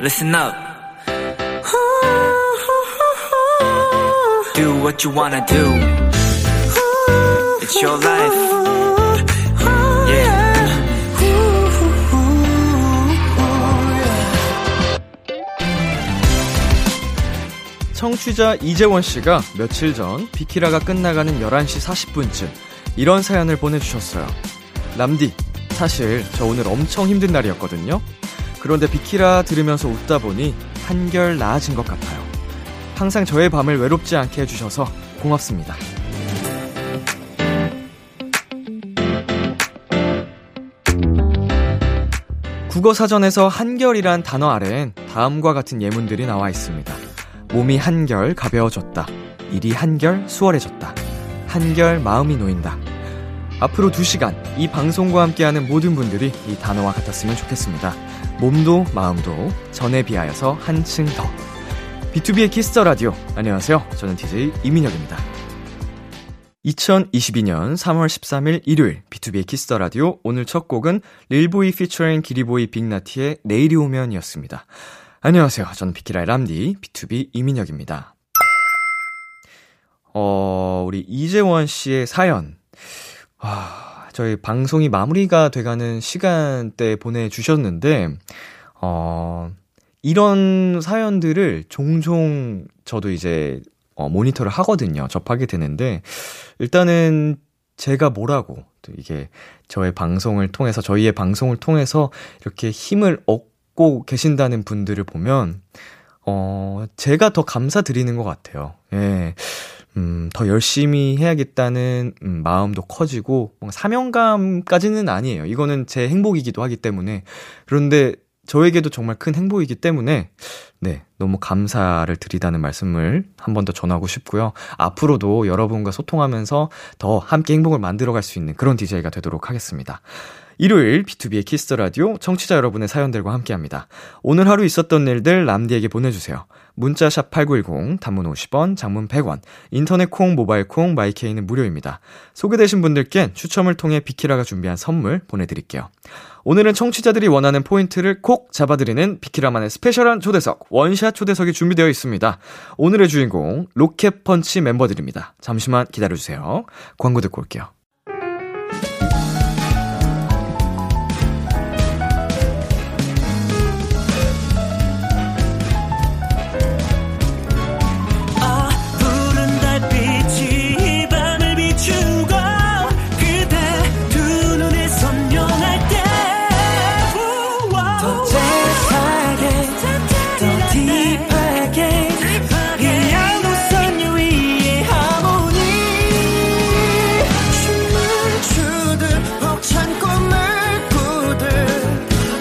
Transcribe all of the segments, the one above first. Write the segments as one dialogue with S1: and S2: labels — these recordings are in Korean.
S1: Listen up. Do what you wanna do. It's your life. Yeah.
S2: 청취자 이재원 씨가 며칠 전 비키라가 끝나가는 11시 40분쯤 이런 사연을 보내주셨어요. 남디, 사실 저 오늘 엄청 힘든 날이었거든요. 그런데 비키라 들으면서 웃다 보니 한결 나아진 것 같아요. 항상 저의 밤을 외롭지 않게 해주셔서 고맙습니다. 국어 사전에서 한결이란 단어 아래엔 다음과 같은 예문들이 나와 있습니다. 몸이 한결 가벼워졌다. 일이 한결 수월해졌다. 한결 마음이 놓인다. 앞으로 2시간 이 방송과 함께하는 모든 분들이 이 단어와 같았으면 좋겠습니다. 몸도 마음도 전에 비하여서 한층 더. B2B의 키스터 라디오. 안녕하세요. 저는 DJ 이민혁입니다. 2022년 3월 13일 일요일 B2B 키스터 라디오 오늘 첫 곡은 릴보이 피처링 기리보이 빅나티의 내일이 오면이었습니다. 안녕하세요. 저는 비키라의 람디 B2B 이민혁입니다. 어, 우리 이재원 씨의 사연. 아, 저희 방송이 마무리가 돼가는 시간대 보내주셨는데, 어, 이런 사연들을 종종 저도 이제 어, 모니터를 하거든요. 접하게 되는데, 일단은 제가 뭐라고, 또 이게 저의 방송을 통해서, 저희의 방송을 통해서 이렇게 힘을 얻고 계신다는 분들을 보면, 어, 제가 더 감사드리는 것 같아요. 예. 음, 더 열심히 해야겠다는 음, 마음도 커지고, 뭔가 사명감까지는 아니에요. 이거는 제 행복이기도 하기 때문에. 그런데 저에게도 정말 큰 행복이기 때문에, 네, 너무 감사를 드리다는 말씀을 한 번 더 전하고 싶고요. 앞으로도 여러분과 소통하면서 더 함께 행복을 만들어갈 수 있는 그런 DJ가 되도록 하겠습니다. 일요일 B2B의 키스터 라디오 청취자 여러분의 사연들과 함께합니다. 오늘 하루 있었던 일들 람디에게 보내주세요. 문자샵 8910, 단문 50원, 장문 100원, 인터넷 콩, 모바일 콩, 마이케이는 무료입니다. 소개되신 분들께 추첨을 통해 비키라가 준비한 선물 보내드릴게요. 오늘은 청취자들이 원하는 포인트를 콕 잡아드리는 비키라만의 스페셜한 초대석, 원샷 초대석이 준비되어 있습니다. 오늘의 주인공, 로켓펀치 멤버들입니다. 잠시만 기다려주세요. 광고 듣고 올게요.
S3: 아, 푸른 달빛이 이 밤을 비추고 그대 두 눈에 선명할 때더 재밌게 더 딥하게 이 양도선 위의 하모니 춤을 추듯 벅찬 꿈을 꾸듯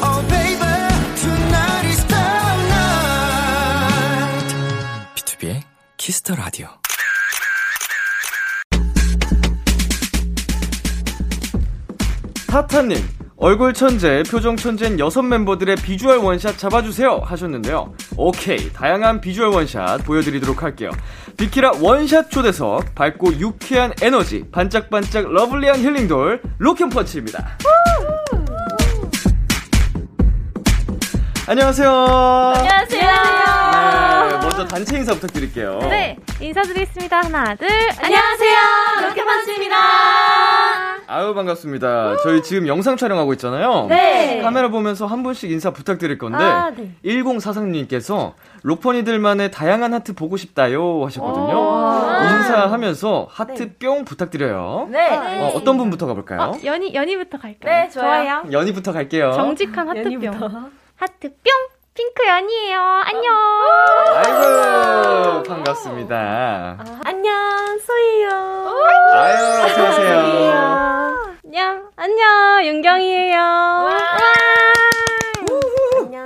S3: Oh baby tonight is the night
S2: B2B의 키스터 라디오. 타타님, 얼굴 천재, 표정 천재인 여섯 멤버들의 비주얼 원샷 잡아주세요 하셨는데요. 오케이, 다양한 비주얼 원샷 보여드리도록 할게요. 비키라 원샷 초대석, 밝고 유쾌한 에너지, 반짝반짝 러블리한 힐링돌, 로켓펀치입니다. 안녕하세요.
S4: 안녕하세요.
S2: 네, 먼저 단체 인사 부탁드릴게요.
S4: 네, 인사드리겠습니다. 하나, 둘. 안녕하세요. 로켓펀치입니다.
S2: 아유 반갑습니다. 저희 지금 영상 촬영하고 있잖아요.
S4: 네.
S2: 카메라 보면서 한 분씩 인사 부탁드릴 건데
S4: 아, 네.
S2: 1043님께서 로퍼니들만의 다양한 하트 보고 싶다요
S4: 오. 아. 네.
S2: 하셨거든요. 인사하면서 하트 뿅 부탁드려요.
S5: 네.
S2: 어, 어떤 분부터 가볼까요?
S4: 연이, 연이부터 갈까요?
S5: 네, 좋아요.
S2: 연희부터 갈게요.
S4: 정직한 하트뿅. 하트뿅. 핑크 연이에요. 안녕.
S2: 아이고 반갑습니다.
S4: 아.
S5: 안녕, 소희요.
S2: 아유 어서오세요.
S4: 안녕. 안녕. 윤경이에요.
S5: 안녕.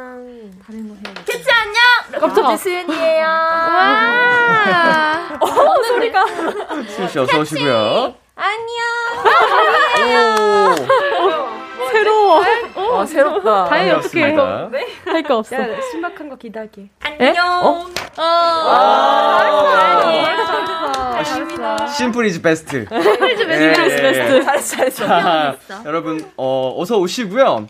S5: 다른 거 해요. 캣츠 안녕. 럭비 수윤이에요.
S4: 와.
S2: 수씨 어서 오시고요.
S5: 안녕.
S2: 오
S4: 새로워.
S6: 아,
S2: 어,
S6: 새롭다.
S4: 다행히 어떻게
S2: 반갑습니다.
S4: 할 거 없어.
S6: 야, 신박한 거 기대할게.
S4: 예?
S5: 안녕. 어?
S2: 아, 심플 이즈 베스트. 예,
S4: 베스트, 베스트.
S6: 잘했어, 잘했어.
S2: 자, 여러분 어, 어서 오시고요.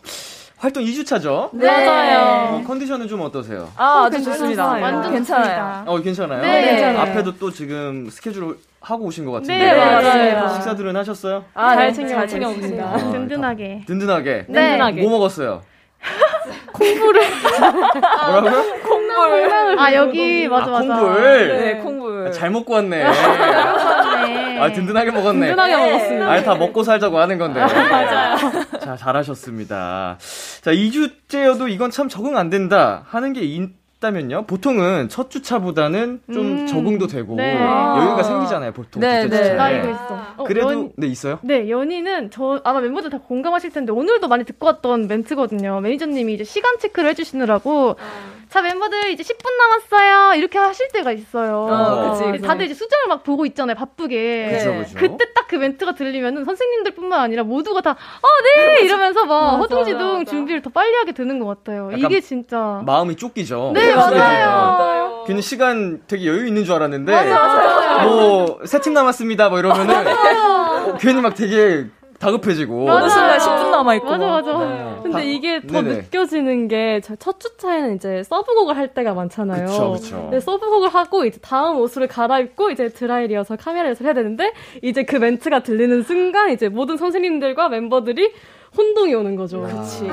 S2: 활동 2주차죠? 어,
S5: 네.
S4: 맞아요.
S2: 컨디션은 좀 어떠세요?
S6: 아, 아주
S5: 괜찮아요.
S6: 좋습니다.
S5: 완전
S6: 괜찮아요.
S2: 어, 괜찮아요?
S5: 네, 괜찮아요.
S2: 앞에도 또 지금 스케줄을 하고 오신 것 같은데.
S4: 네,
S6: 맞아요.
S2: 식사들은 하셨어요?
S6: 아,
S4: 잘
S6: 네,
S4: 챙겨
S6: 잘
S4: 챙겨 먹습니다.
S2: 아,
S4: 든든하게.
S2: 든든하게.
S4: 네. 든든하게.
S2: 뭐 먹었어요? 콩불을. 뭐라고요?
S4: 아 여기 맞아
S2: 아,
S4: 맞아.
S2: 콩불.
S6: 네, 콩불.
S2: 아, 잘 먹고 왔네. 아,
S4: 네.
S2: 든든하게 먹었네.
S4: 든든하게 먹었습니다.
S2: 아니, 다 먹고 살자고 하는 건데. 맞아요. 자, 잘하셨습니다. 자, 2주째여도 이건 참 적응 안 된다 하는 게 있다면요. 보통은 첫 주차보다는 좀
S4: 음.
S2: 적응도 되고
S4: 네.
S2: 여유가 생기잖아요, 보통.
S6: 네,
S2: 둘째
S6: 네.
S2: 주차에.
S4: 나 이거 있어. 어,
S2: 그래도
S4: 연-
S2: 네 있어요?
S4: 네, 연희는 저 아마 멤버들 다 공감하실 텐데 오늘도 많이 듣고 왔던 멘트거든요. 매니저님이 이제 시간 체크를 해주시느라고 자 멤버들 이제 10분 남았어요 이렇게 하실 때가 있어요.
S2: 어, 그치,
S4: 근데 다들 이제 수정을 막 보고 있잖아요 바쁘게.
S2: 그죠, 그죠.
S4: 때 딱 그 멘트가 들리면은 선생님들뿐만 아니라 모두가 다어네 이러면서 막
S5: 맞아,
S4: 허둥지둥
S5: 맞아.
S4: 준비를 더 빨리 하게 되는 것 같아요.
S2: 약간
S4: 이게 진짜
S2: 마음이 쫓기죠.
S4: 네 맞아요.
S6: 맞아요.
S2: 괜히 시간 되게 여유 있는 줄 알았는데 뭐 세 팀 남았습니다 뭐 이러면은 어, 괜히 막 되게 다급해지고
S6: 어느 순간 10분 남아있고.
S4: 맞아
S6: 막.
S4: 맞아.
S2: 어, 다-
S7: 근데 이게 더
S2: 네네.
S7: 느껴지는 게 첫 주차에는 이제 서브곡을 할 때가 많잖아요.
S2: 그쵸, 그쵸.
S7: 네, 서브곡을 하고 이제 다음 옷을 갈아입고 이제 드라이리어서 카메라에서 해야 되는데 이제 그 멘트가 들리는 순간 이제 모든 선생님들과 멤버들이 혼동이 오는 거죠. 그치.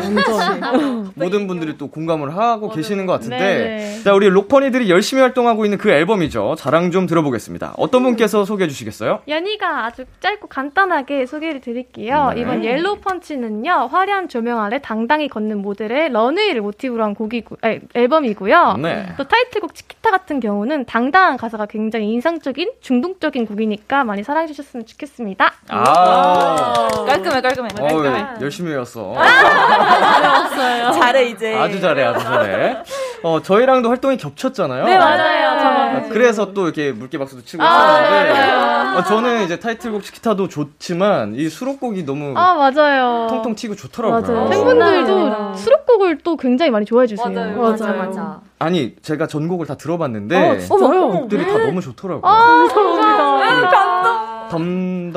S2: 모든 분들이 또 공감을 하고 계시는 것 같은데
S4: 네, 네.
S2: 자 우리 록퍼니들이 열심히 활동하고 있는 그 앨범이죠 자랑 좀 들어보겠습니다 어떤 분께서 소개해 주시겠어요?
S4: 연희가 아주 짧고 간단하게 소개를 드릴게요.
S2: 네.
S4: 이번 옐로우 펀치는요, 화려한 조명 아래 당당히 걷는 모델의 런웨이를 모티브로 한 곡이고, 아니, 앨범이고요.
S2: 네.
S4: 또 타이틀곡 치키타 같은 경우는 당당한 가사가 굉장히 인상적인 중동적인 곡이니까 많이 사랑해주셨으면 좋겠습니다.
S2: 아
S6: 깔끔해, 깔끔해. 아,
S2: 어우, 열심히 외웠어
S6: 잘해, 이제.
S2: 아주 잘해 아주 잘해 어 저희랑도 활동이 겹쳤잖아요 네
S4: 맞아요.
S2: 아, 그래서 또 이렇게 물개박수도 치고 있었는데 아, 저는 이제 타이틀곡 치키타도 좋지만 이 수록곡이 너무
S4: 아, 맞아요.
S2: 그 통통 튀고 좋더라고요.
S7: 맞아요.
S4: 팬분들도
S7: 신나요.
S4: 수록곡을 또 굉장히 많이 좋아해 주세요.
S6: 맞아요.
S5: 맞아 맞아.
S2: 아니 제가 전곡을 다 들어봤는데
S7: 어머,
S4: 음.
S2: 곡들이 다 너무 좋더라고요. 덤덤
S4: 아, 맞아요. 네.
S2: 곡도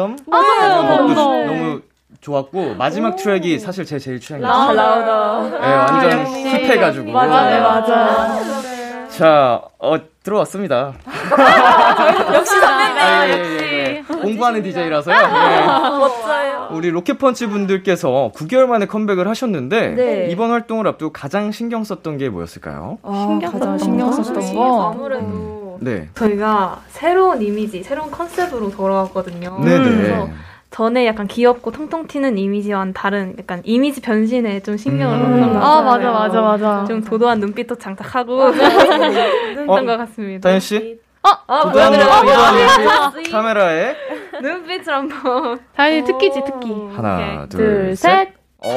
S4: 덤덤.
S2: 너무 좋았고 마지막 트랙이 사실 제 제일
S6: 잘
S2: 취향이에요.
S6: 나오다.
S2: 예, 완전 힙해가지고.
S4: 아,
S2: 네.
S4: 맞아요, 맞아요.
S2: 자, 어, 들어왔습니다.
S4: 네,
S6: 역시 선배님.
S2: 아, 예, 예, 예. 공부하는 DJ라서요.
S4: 아,
S2: 네.
S6: 멋져요.
S2: 우리 로켓펀치 분들께서 9개월 만에 컴백을 하셨는데
S6: 네.
S2: 이번 활동을 앞두고 가장 신경 썼던 게 뭐였을까요?
S4: 신경 썼던
S5: 가장 신경
S4: 거?
S5: 썼던 거.
S7: 아,
S2: 음. 네.
S5: 저희가 아, 새로운 이미지, 새로운 컨셉으로
S4: 음.
S5: 돌아왔거든요.
S2: 네네.
S5: 그래서 전에 약간 귀엽고 통통 튀는 이미지와는 다른 약간 이미지 변신에 좀 신경을 썼던
S2: 음.
S5: 것
S4: 아,
S5: 같아요.
S4: 맞아, 맞아, 맞아.
S5: 좀 도도한 눈빛도 장착하고
S2: 어,
S5: 했던 것 같습니다.
S2: 다현 씨?
S6: 아,
S2: 도도한
S6: 보여드려요.
S2: 눈빛, 도도한 눈빛. 카메라에
S5: 눈빛을 한번
S4: 다현이 특기지, 특기.
S2: 하나, 둘,
S7: 둘,
S2: 셋.
S7: 셋.
S2: 오.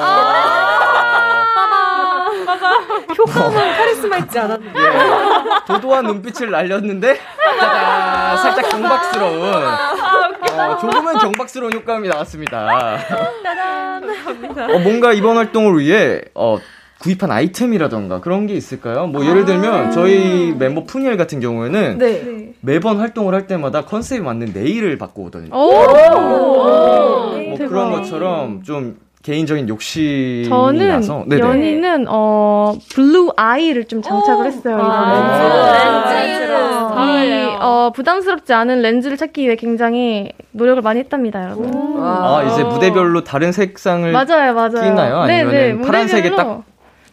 S6: 아. 카리스마 있지 않았나?
S2: 어. 예. 도도한 눈빛을 날렸는데 짜잔, 살짝 경박스러운 어, 조금은 경박스러운 효과음이 나왔습니다. 어, 뭔가 이번 활동을 위해 어, 구입한 아이템이라던가 그런 게 있을까요? 뭐 예를 들면 저희 멤버 푸니엘 같은 경우에는
S6: 아. 네.
S2: 매번 활동을 할 때마다 컨셉에 맞는 네일을 받고 오더니
S6: 어,
S4: 오!
S2: 뭐
S4: 대박.
S2: 그런 것처럼 좀 개인적인 욕심이
S4: 저는
S2: 나서 네네.
S4: 연희는 어 블루 아이를 좀 장착을 했어요 이번에.
S7: 아,
S2: 아,
S4: 이 어, 부담스럽지 않은 렌즈를 찾기 위해 굉장히 노력을 많이 했답니다, 여러분.
S2: 아 이제 무대별로 다른 색상을
S4: 맞아요, 맞아요.
S2: 그 끼나요? 아니면은 파란색에
S4: 무대별로-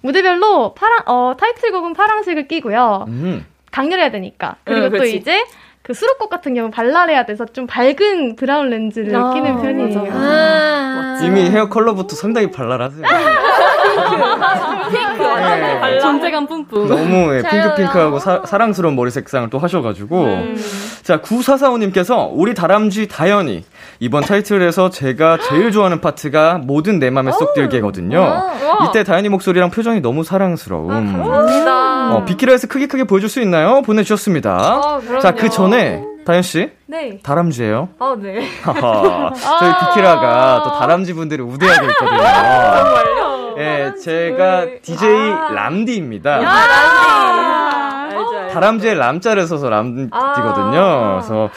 S4: 무대별로 파란 어 타이틀곡은 파란색을 끼고요.
S2: 음.
S4: 강렬해야 되니까. 그리고
S6: 응,
S4: 또
S6: 그렇지.
S4: 이제 그 수록곡 같은 경우 발랄해야 돼서 좀 밝은 브라운 렌즈를
S7: 아,
S4: 끼는 편이에요. 아.
S2: 이미 헤어 컬러부터 상당히 발랄하세요.
S4: 아.
S2: 네.
S7: 존재감 뿜뿜.
S2: 너무 예, 핑크핑크하고 사, 랑스러운 머리 색상을 또 하셔가지고
S5: 네.
S2: 자 9445님께서 우리 다람쥐 다현이 이번 타이틀에서 제가 제일 좋아하는 파트가 모든 내 맘에 쏙
S5: 어,
S2: 들게거든요 이때 다현이 목소리랑 표정이 너무
S5: 아,
S2: 사랑스러움
S5: 감사합니다.
S2: 어, 비키라에서 크게 크게 보여줄 수 있나요? 보내주셨습니다 자 그 전에 다현씨
S5: 아, 네.
S2: 다람쥐예요
S5: 아, 네.
S2: 하하, 저희 비키라가 또 다람쥐 분들을 우대하고 있거든요. 예, 제가 DJ
S5: 아.
S2: 람디입니다.
S7: 아,
S2: 아,
S6: 알죠, 알죠.
S2: 다람쥐의 람자를 써서 람디거든요. 그래서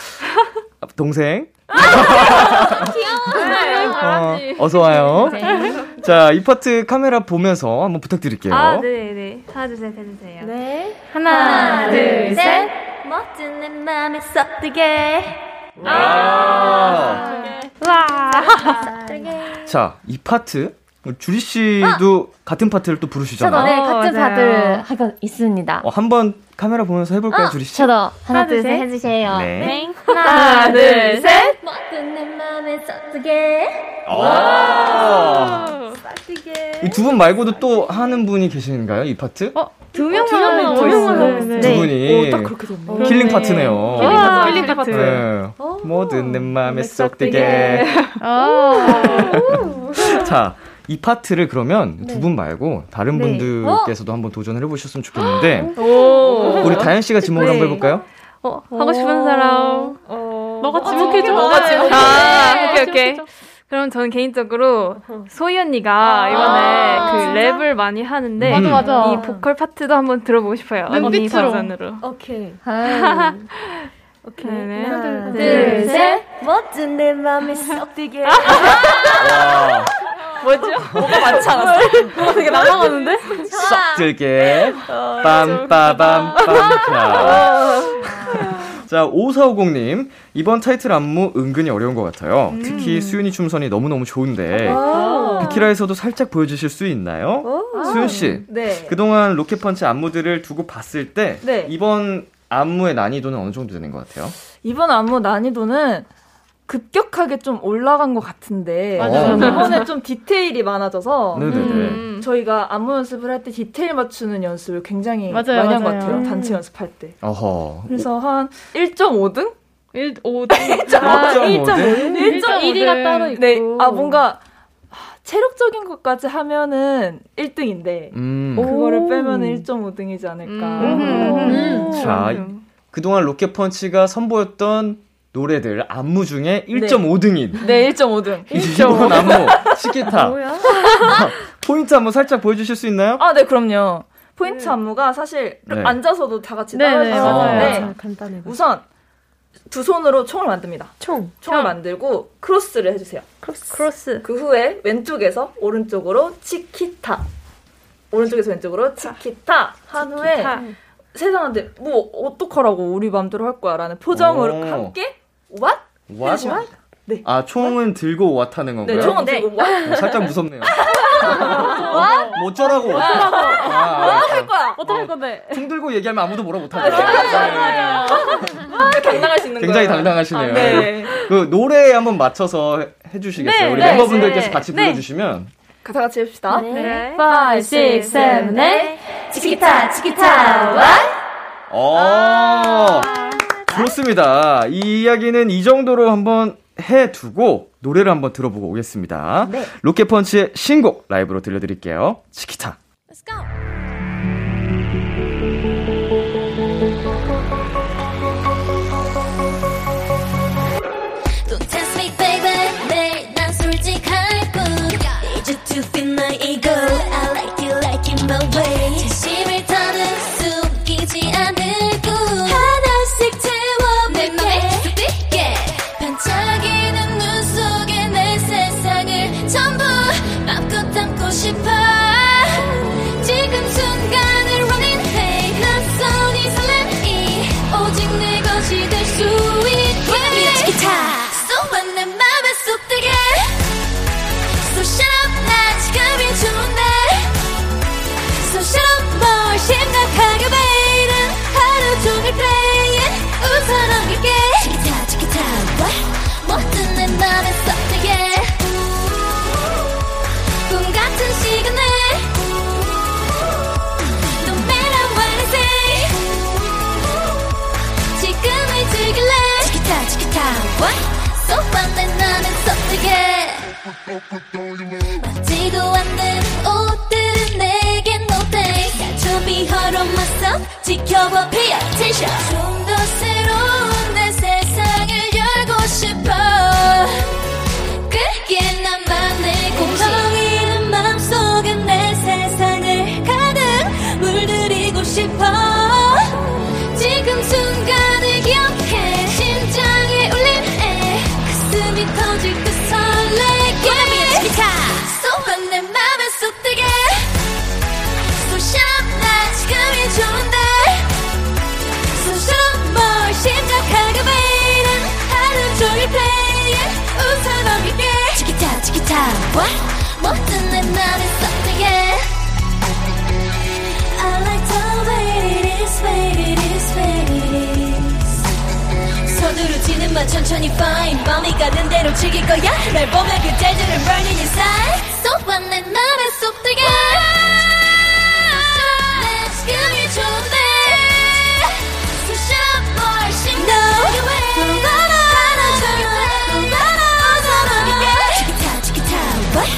S2: 동생 어, 어서 와요. 자, 이 파트 카메라 보면서 한번 부탁드릴게요.
S5: 아, 네네. 하나, 둘, 셋 해주세요.
S7: 네.
S4: 하나, 둘, 셋. 네,
S5: 멋진 내 맘에 썩뜨게.
S2: 아. 자, 이 파트 주리 씨도 같은 파트를 또 부르시잖아요.
S8: 저도 네,
S5: 어,
S8: 같은
S5: 맞아요.
S8: 바들 하고 있습니다.
S2: 어, 한번 카메라 보면서 해볼까요, 주리 씨?
S8: 저도 하나, 둘, 셋 해주세요.
S2: 네.
S5: 하나, 둘, 셋.
S2: 어. 아, 이 두 분 말고도 또 하는 분이 계신가요, 이 파트?
S4: 두 명만 하고
S7: 두 명만 두 명만
S4: 있어요.
S7: 하고
S4: 네.
S2: 두 분이
S7: 좋네.
S2: 킬링 파트네요.
S4: 킬링 파트,
S5: 아,
S4: 킬링 파트.
S2: 네. 뭐든 내 마음에 쏙 들게.
S4: 어.
S2: 자, 이 파트를 그러면 두 분 말고 다른
S5: 네.
S2: 분들께서도 한번 도전을 해보셨으면 좋겠는데 어,
S7: 오.
S2: 우리 다현 씨가 지목을
S5: 네.
S2: 한번 해볼까요?
S5: 어,
S4: 하고 싶은 사람.
S7: 너가
S6: 지목해줘.
S7: 너가 지목해.
S5: 아, 오케이, 오케이.
S7: 지목해줘.
S5: 그럼 저는 개인적으로 소희 언니가 이번에 그 랩을 많이 하는데
S2: 맞아,
S4: 맞아.
S5: 이 보컬 파트도 한번 들어보고 싶어요. 언니
S4: 눈빛으로.
S5: 버전으로.
S7: 오케이.
S5: 오케이. 네네.
S7: 하나,
S5: 둘, 셋.
S8: 멋진 내 마음에 쏙
S7: 아.
S8: 들게.
S2: 와,
S6: 뭐죠? 뭐가 많지 않았어?
S7: 되게 날아가는데?
S2: 쏙 들게. 빰빠밤빰. 자, 5450님. 이번 타이틀 안무 은근히 어려운 것 같아요. 특히 수윤이 춤선이 너무너무 좋은데. 비키라에서도 살짝 보여주실 수 있나요? 수윤 씨.
S6: 네.
S2: 그동안 로켓펀치 안무들을 두고 봤을 때
S6: 네.
S2: 이번 안무의 난이도는 어느 정도 되는 것 같아요?
S6: 이번 안무 난이도는 급격하게 좀 올라간 것 같은데
S2: 맞아요.
S6: 이번에 좀 디테일이 많아져서
S2: 어. 네네네.
S6: 음.
S4: 음.
S6: 저희가 안무 연습을 할 때 디테일 맞추는 연습을 굉장히
S4: 맞아요,
S6: 많이 한 것
S4: 맞아요. 음.
S6: 같아요. 단체 연습할 때.
S2: 어허.
S6: 그래서 한 1.5등?
S4: 1, 5, 1.5.
S2: 1.5등?
S7: 1.1위가 따로 있고.
S6: 네. 아 뭔가 아, 체력적인 것까지 하면은 1등인데
S2: 음.
S6: 그거를 빼면 1.5등이지 않을까.
S4: 음.
S2: 자, 그동안 로켓펀치가 선보였던 노래들 안무 중에 1.5등인
S6: 네, 1.5등.
S2: 이번 안무 시키타 포인트 한번 살짝 보여주실 수 있나요?
S6: 아, 네, 그럼요. 포인트 안무가 사실
S2: 네.
S6: 앉아서도 다 같이
S4: 네,
S6: 따라할
S4: 네,
S6: 수
S2: 맞아요.
S6: 있는데
S7: 간단해.
S6: 우선 두 손으로 총을 만듭니다.
S7: 총.
S6: 총을 만들고 크로스를 해주세요.
S5: 크로스.
S6: 그 후에 왼쪽에서 오른쪽으로 치키타. 오른쪽에서 왼쪽으로 치키타. 한 후에
S5: 치키타.
S6: 세상한테 뭐 어떡하라고 우리 마음대로 할 거야 라는 포장으로
S2: 오.
S6: 함께 what?
S2: 와,
S6: 해주시면
S2: 아 총은 들고 와 타는 건가요?
S6: 네, 총은 들고 what?
S2: 어, 살짝 무섭네요. 어, 뭐 어쩌라고? 뭐 어쩌라고? 아,
S6: 할 거야.
S7: 어떻게 할 건데?
S2: 총 들고 얘기하면 아무도 뭐라 못하죠.
S6: 당당할 수 있는 거예요.
S2: 굉장히 당당하시네요.
S6: 네.
S2: 그 노래에 한번 맞춰서 해- 해주시겠어요?
S5: 네,
S2: 우리
S5: 네,
S2: 멤버분들께서
S5: 네.
S2: 같이
S5: 네.
S2: 불러주시면
S6: 다 같이 해봅시다.
S5: 네.
S8: 5, 6, 7, 8. 치키타, 치키타, 와!
S2: 어 좋습니다. 이 이야기는 이 정도로 한번 해두고 노래를 한번 들어보고 오겠습니다. 로켓펀치의 신곡 라이브로 들려드릴게요. 치키타.
S9: Don't test me, baby. 매일 난 솔직할 뿐. Need you to feel my ego. I like you like it my way. 진심을 다는 숨기지 않을 꿈. 하나씩 채워 내 맘에 쏟게. 반짝이는 눈 속에 내 세상을 전부 맘껏 담고 싶어. 지금 순간을 running hey 낯선 이 설렘이 오직 내 것이 될 수 있게 쏘아 내 맘에 쏙 들게 So shut up 나 지금이 좋은데 So shut up 뭘 심각하게 베이는 하루 종일 playing 웃어 넘길게 치키타 치키타 what 멋진 내 맘에 쏙 들게 꿈 같은 시간에 No matter what I say 지금을 즐길래 치키타 치키타 what So fun 내 나는 섭득해 맞지도 않는 옷들은 내겐 no thanks Got to be hard on myself 지켜봐 pay attention 좀 더 새로운 내 세상을 열고 싶어 그게 나만의 공정이는 마음속에 내 세상을 가득 물들이고 싶어 지금 순간을 기억해 심장에 울린 애 가슴 모든 내 맘이 썸뜩해 I like the way it is, way it is, way it is 서두르지는 마 천천히 fine 마음이 가는 대로 즐길 거야 날 보면 그대들은 burning inside 쏙 봐, 내 맘에 쏙 들게 Let's give it to me So shop more 심도 Don't gonna Don't gonna 지키타 지키타 What?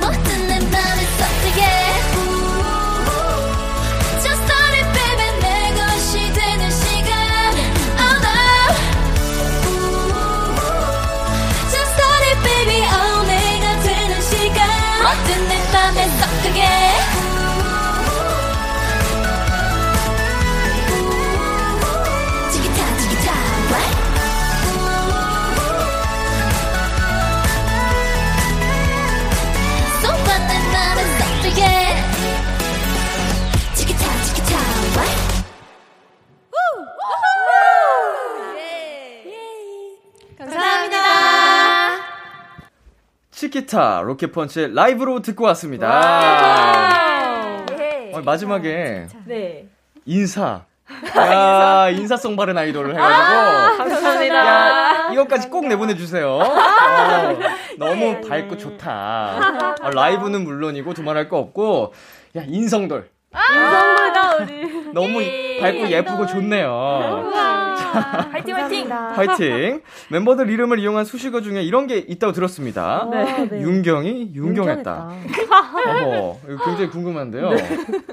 S9: 모든 내 맘에 쏙 들게 Just start it baby 내 것이 되는 시간 Oh no Just start it, baby. Oh, 내가 되는 시간. 모든 내 맘에 쏙 들게. 지키타, 지키타, what? 쏟아 내 맘에 쏙 들게. 지키타, 지키타, what?
S2: 치키타 로켓펀치의 라이브로 듣고 왔습니다. 어, 마지막에
S6: 네.
S2: 인사. 야, 인사성 바른 아이돌을 해가지고.
S6: 감사합니다.
S2: 이것까지 꼭 내보내주세요. 어, 너무 밝고 좋다. 어, 라이브는 물론이고 두말할 거 없고. 야, 인성돌.
S5: 감사합니다 우리.
S2: 너무 밝고 예쁘고 아, 좋네요.
S6: 화이팅 화이팅.
S2: 파이팅! 멤버들 이름을 이용한 수식어 중에 이런 게 있다고 들었습니다. 윤경이 윤경했다. 어허, 이거 굉장히 궁금한데요.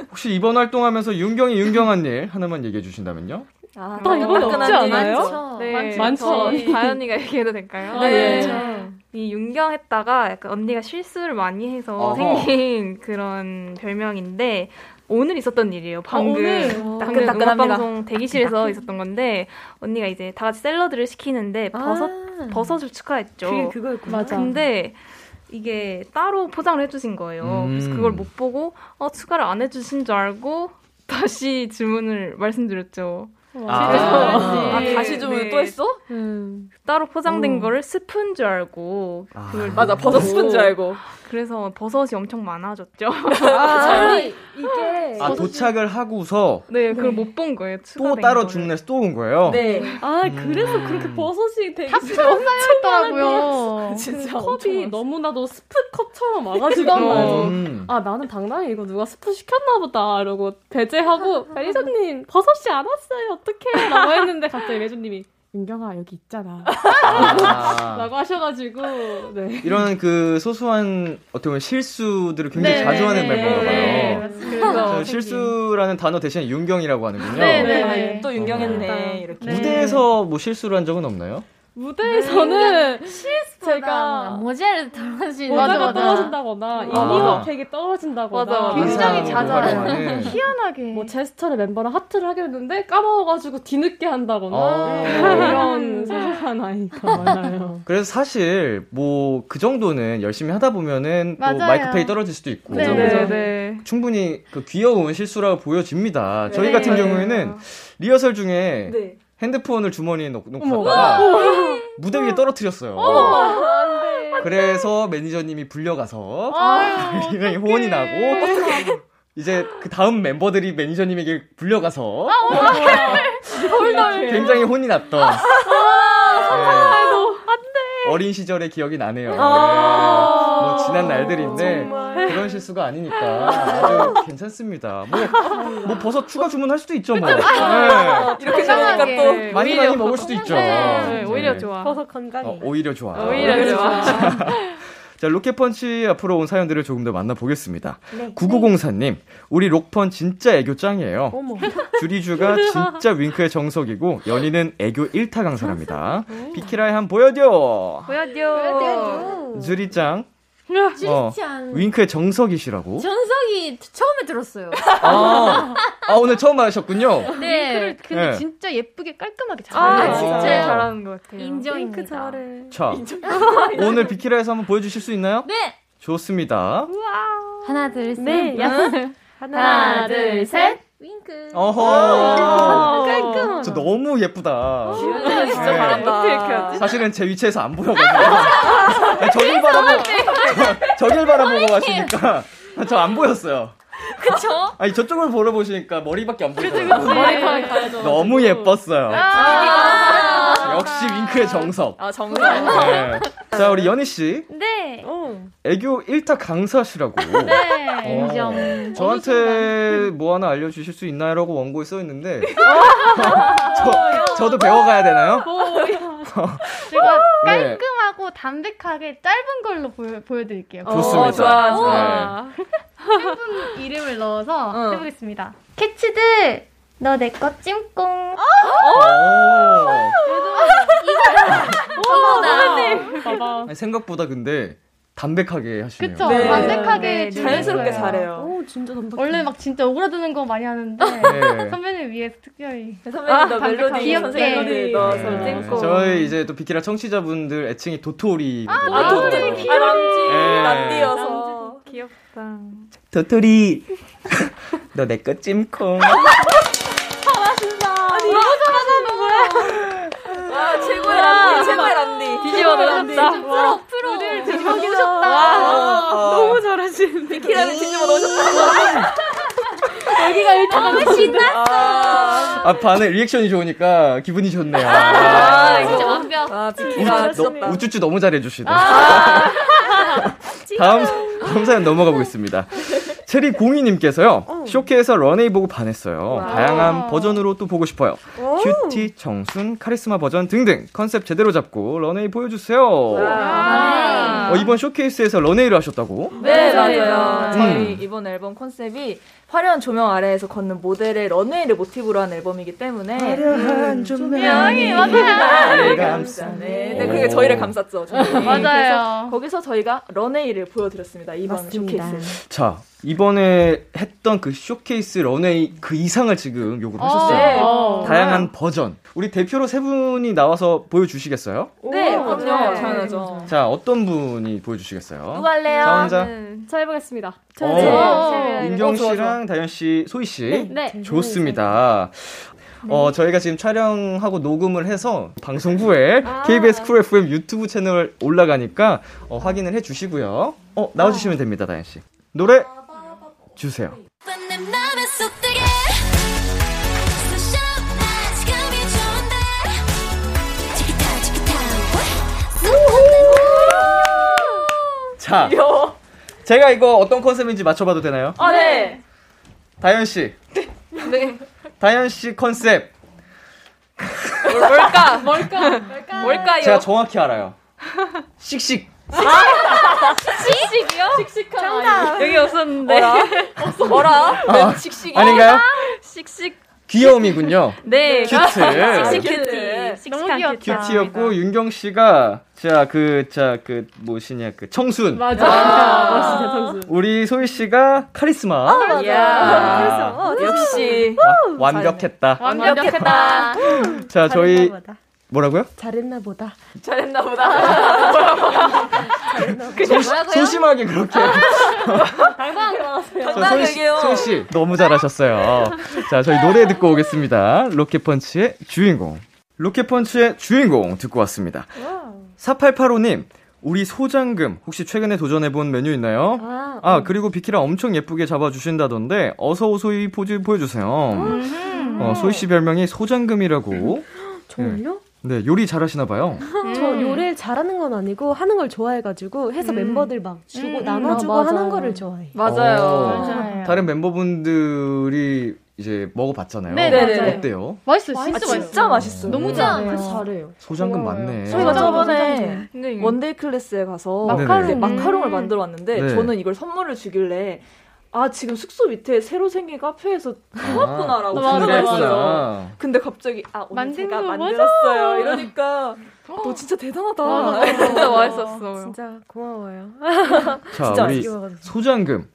S2: 혹시 이번 활동하면서 윤경이 윤경한 일 하나만 얘기해 주신다면요?
S5: 아,
S7: 나 이번에 없지 않아요?
S5: 네,
S7: 많죠.
S5: 저 가연이가 얘기해도 될까요?
S6: 아,
S7: 네.
S6: 그렇죠.
S5: 이 윤경했다가 약간 언니가 실수를 많이 해서
S2: 어허.
S5: 생긴 그런 별명인데 오늘 있었던 일이에요. 방금 방금
S6: 어, 따끈따끈합니다.
S5: 음악 방송 대기실에서 있었던 건데 언니가 이제 다 같이 샐러드를 시키는데 버섯 버섯을 추가했죠.
S6: 아. 그게 그거였구나.
S7: 맞아.
S5: 근데 이게 따로 포장을 해주신 거예요. 그래서
S2: 음.
S5: 그걸 못 보고 어 추가를 안 해주신 줄 알고 다시 주문을 말씀드렸죠.
S2: 아,
S6: 아 다시 좀
S5: 네.
S6: 또 했어?
S7: 음.
S5: 따로 포장된
S2: 어.
S5: 거를 스푼 줄 알고
S2: 아.
S5: 그걸
S6: 맞아 네. 버섯 스푼 줄 알고.
S5: 그래서 버섯이 엄청 많아졌죠.
S2: 아, 도착을 하고서
S5: 네, 그걸 못 본 거예요.
S2: 또
S5: 추가된
S2: 따로
S5: 거를.
S2: 주문해서 또 온 거예요.
S6: 네.
S7: 아, 그래서
S2: 음.
S7: 그렇게 버섯이 되게
S4: 탑처럼 쌓여있더라고요.
S6: 진짜
S7: 컵이 너무나도 스프컵처럼 와가지고.
S4: 그건 맞아.
S2: 음.
S7: 아 나는 당당히 이거 누가 스프 시켰나 보다 이러고 배제하고 매니저님 버섯이 안 왔어요 어떡해 라고 했는데 갑자기 매니저님이 윤경아 여기 있잖아
S2: 아.
S7: 라고 하셔가지고 네
S2: 이런 그 소소한 어떻게 보면 실수들을 굉장히
S4: 네,
S2: 자주
S4: 네,
S2: 하는
S4: 네,
S2: 멤버인가
S4: 네,
S2: 봐요.
S4: 맞습니다.
S2: 저
S5: 그래서
S2: 실수라는 단어 대신에 윤경이라고 하는군요.
S4: 네, 네.
S6: 네. 또
S2: 어.
S6: 윤경했네 이렇게.
S4: 네.
S2: 무대에서 뭐 실수를 한 적은 없나요?
S7: 무대에서는
S4: 아,
S8: 제가
S7: 제가
S8: 모자를 떨어지는
S7: 모자가
S4: 뭐 맞아.
S7: 떨어진다거나 이니어팩이 떨어진다거나
S5: 맞아.
S4: 굉장히
S2: 인사
S4: 자잘한.
S2: 뭐
S4: 네.
S2: 활동하는.
S4: 희한하게.
S2: 네.
S7: 뭐 제스처를 멤버랑 하트를 하기로 했는데 까먹어가지고 뒤늦게 한다거나
S2: 어.
S7: 이런 소소한 아이가 많아요
S2: 그래서 사실 뭐 그 정도는 열심히 하다 보면은 또
S4: 맞아요.
S2: 마이크팩이 떨어질 수도 있고
S4: 네,
S5: 네,
S4: 그죠?
S5: 네.
S2: 충분히 그 귀여운 실수라고 보여집니다. 저희
S6: 네,
S2: 같은
S6: 맞아요.
S2: 경우에는 리허설 중에
S6: 네.
S2: 핸드폰을 주머니에 넣- 놓고 갔다가 무대 위에 떨어뜨렸어요. 그래서 매니저님이 불려가서
S4: 아,
S2: 굉장히 호언이 나고 이제 그 다음 멤버들이 매니저님에게 불려가서
S4: 아,
S2: 굉장히 혼이 났던
S5: 아,
S2: 네. 어린 시절의 기억이 나네요.
S5: 아.
S2: 네. 뭐 지난 날들인데 그런 실수가 아니니까 아주 괜찮습니다. 뭐, 뭐 버섯 추가 주문할 수도 있죠. 뭐. 네.
S5: 아.
S6: 이렇게 나니까
S4: 편하게.
S6: 또
S2: 많이 많이 먹을 수도 있죠.
S5: 네, 오히려 좋아.
S7: 버섯 건강해
S2: 어, 오히려 좋아.
S5: 오히려 좋아.
S2: 자, 로켓펀치 앞으로 온 사연들을 조금 더 만나보겠습니다.
S5: 네.
S2: 9904님, 우리 록펀 진짜 애교 짱이에요. 주리주가 진짜 윙크의 정석이고, 연희는 애교 1타 강사랍니다.
S5: 네.
S2: 비키라의 한 보여줘!
S5: 보여줘.
S2: 주리짱, 어,
S8: 칠찬
S2: 윙크의 정석이시라고.
S8: 전석이 처음에 들었어요.
S2: 아, 아, 오늘 처음 알으셨군요.
S8: 네.
S4: 근데
S2: 네.
S4: 진짜 예쁘게 깔끔하게 잘.
S5: 아,
S2: 아,
S5: 진짜
S2: 진짜요?
S5: 잘하는 것 같아요.
S8: 인정입니다.
S2: 자, 오늘 비키라에서 한번 보여주실 수 있나요?
S8: 네.
S2: 좋습니다.
S8: 하나 둘 셋.
S7: 네.
S8: 하나 둘 셋. 윙크.
S10: 깔끔.
S5: 아.
S2: 어허.
S5: 깔끔하다.
S2: 저 너무 예쁘다.
S6: 진짜
S2: 네.
S6: 바란다.
S5: 어떻게 이렇게 하지?
S2: 사실은 제 위치에서 안 보여가지고. 아니, 저길 바라보고, 저, 저길 바라보고 하시니까. 저 안 보였어요.
S10: 그쵸?
S2: 아니, 저쪽을 보러 보시니까 머리밖에 안 보이더라고요. 네.
S5: 머리카락 가야죠.
S2: 너무 예뻤어요.
S4: 아.
S10: 아.
S2: 역시 윙크의 정석.
S6: 아 정말.
S2: 네. 자, 우리 연희씨.
S10: 네.
S6: 어.
S2: 애교 1타 강사시라고.
S10: 네.
S2: 어.
S10: 인정.
S2: 저한테 뭐 하나 알려주실 수 있나요? 라고 원고에 써있는데. 저, 저도 배워가야 되나요?
S4: 제가
S2: 네.
S4: 깔끔하고 담백하게 짧은 걸로 보여, 보여드릴게요.
S2: 좋습니다.
S6: 어, 좋아,
S2: 좋아.
S4: 그 이름을 넣어서
S6: 응.
S4: 해보겠습니다. 어,
S10: 캐치들, 너 내 거 찜꽁.
S2: 오.
S5: 봐봐.
S2: 아니, 생각보다 근데 담백하게 하시네요.
S4: 그쵸?
S6: 네.
S4: 담백하게
S6: 네,
S4: 주는
S6: 자연스럽게
S4: 거예요.
S6: 잘해요.
S5: 진짜 담백.
S4: 원래 막 진짜 오그라드는 거 많이 하는데
S2: 네.
S4: 선배님 위해서 특별히
S6: 선배님도 멜로디
S4: 귀엽게.
S6: 선생님 멜로디 넣어서
S2: 네.
S6: 찡고.
S2: 저희 이제 또 비키라 청취자분들 애칭이 도토리.
S6: 아 도토리 귀여워. 아, 남지
S2: 네.
S6: 남디여서 귀엽다.
S2: 도토리. 너 내 거그 찜콩.
S6: 와 아. 최고의 남디 최고의 남디. 뒤집어 놓으셨다. 프로 프로. 무대를 뒤집어 아. 놓으셨다. 아.
S5: 너무 잘하시는데.
S6: 키라를 뒤집어 놓으셨다. 음.
S5: 여기가 일단
S6: 아,
S2: 아 반에 리액션이 좋으니까 기분이 좋네요.
S6: 아
S10: 진짜
S6: 이거.
S10: 완벽.
S6: 아 비키라
S2: 우쭈,
S6: 진짜
S2: 너, 우쭈쭈 너무 잘해주시네. 다음, 사- 다음 사연 넘어가 보겠습니다. 체리
S6: 어.
S2: 공이님께서요, 쇼케에서 런웨이 보고 반했어요. 다양한 버전으로 또 보고 싶어요. 큐티, 청순, 카리스마 버전 등등 컨셉 제대로 잡고 런웨이 보여주세요. 어, 이번 쇼케이스에서 런웨이를 하셨다고?
S6: 네,
S5: 맞아요.
S6: 맞아요.
S2: 음.
S6: 저희 이번 앨범 컨셉이 화려한 조명 아래에서 걷는 모델의 런웨이를 모티브로 한 앨범이기 때문에 음,
S2: 화려한
S6: 조명이
S2: 나를
S6: 나를
S2: 감싸네.
S6: 감싸네. 네, 그게 저희를 감쌌죠. 저희.
S4: 맞아요.
S6: 거기서 저희가 런웨이를 보여드렸습니다. 이번 쇼케이스.
S2: 자, 이번에 했던 그 쇼케이스 런웨이 그 이상을 지금 요구를 하셨어요.
S6: 네.
S4: 어.
S2: 다양한 버전. 우리 대표로 세 분이 나와서 보여주시겠어요?
S6: 네,
S5: 오,
S6: 그럼요.
S5: 네.
S6: 당연하죠.
S2: 자, 어떤 분이 보여주시겠어요?
S6: 누가 할래요?
S2: 자, 혼자.
S5: 잘 해보겠습니다.
S2: 어,
S4: 네.
S2: 인경
S6: 어, 좋아,
S2: 씨랑 다현 씨, 소희 씨.
S5: 네.
S2: 좋습니다.
S6: 네.
S2: 어, 저희가 지금 촬영하고 녹음을 해서 방송 후에
S6: 아.
S2: KBS 쿨 FM 유튜브 채널 올라가니까 어, 확인을 해 주시고요. 어, 나와 주시면 됩니다, 다현 씨. 노래 주세요.
S9: 내 맘에 쏙 들게 So sharp 나 지금이 좋은데 치키타 치키타
S2: 자, 제가 이거 어떤 컨셉인지 맞춰 봐도 되나요?
S6: 아, 네.
S2: 다현 씨.
S6: 네.
S2: 다현 씨 컨셉
S6: 뭘까? 뭘까? 뭘까요?
S2: 제가 정확히 알아요. 씩씩.
S6: 식식이요?
S5: 씩씩한 아이.
S6: 여기 없었는데. 뭐라?
S2: 아,
S6: 식식이.
S2: 아닌가요?
S6: 식식.
S2: 귀여움이군요.
S6: 네.
S2: 큐트.
S6: 식식 큐티.
S4: 너무
S6: 씩씩한 큐티.
S4: 귀엽다.
S2: 큐티였고 윤경 씨가 자 그 자 그 뭐시냐 그 청순.
S5: 맞아. 아, 진짜 선수.
S2: 우리 소희 씨가 카리스마.
S6: 아, 이야. 역시.
S2: 와, 완벽했다.
S6: 완벽했다.
S2: 자 저희 뭐라고요?
S5: 잘했나 보다.
S6: 잘했나 보다.
S2: 소심하게 그렇게. 저 소희 씨,
S6: 당당하게요.
S2: 소희 씨 너무 잘하셨어요. 자 저희 노래 듣고 오겠습니다. 로켓펀치의 주인공. 로켓펀치의 주인공 듣고 왔습니다. 4885님. 우리 소장금 혹시 최근에 도전해본 메뉴 있나요? 아,
S6: 음.
S2: 그리고 비키라 엄청 예쁘게 잡아주신다던데 어서 오소희 포즈 보여주세요.
S6: 음.
S4: 음.
S2: 어, 소희 씨 별명이 소장금이라고.
S7: 정말요?
S2: 네 요리 잘하시나 봐요.
S6: 음.
S7: 저 요리를 잘하는 건 아니고 하는 걸 좋아해가지고 회사 멤버들 막 주고 나눠주고
S5: 아, 맞아요.
S7: 하는 거를 좋아해.
S2: 오.
S6: 맞아요.
S4: 맞아요.
S2: 다른 멤버분들이 이제 먹어봤잖아요.
S4: 네,
S6: 네, 네.
S2: 어때요?
S4: 맛있어,
S6: 아,
S4: 진짜 맛있어.
S6: 진짜 맛있어.
S4: 너무
S7: 네.
S4: 잘해요.
S7: 잘해요.
S2: 소장금
S4: 어.
S2: 맞네.
S6: 저희가 저번에 원데이 클래스에 가서
S2: 네네.
S6: 이제
S2: 마카롱.
S6: 마카롱을 만들어 왔는데
S2: 네.
S6: 저는 이걸 선물을 주길래 아 지금 숙소 밑에 새로 생긴 카페에서
S2: 아,
S6: 구웠구나라고
S2: 오픈을
S6: 생각을 했어요.
S2: 했구나.
S6: 근데 갑자기 아 오늘
S4: 만든
S6: 제가
S4: 거 맞아. 어,
S6: 만들었어요 이러니까 너 진짜
S4: 아,
S6: 대단하다
S4: 진짜 맛있었어.
S7: 진짜 고마워요.
S2: 자
S6: 진짜
S2: 우리 소장금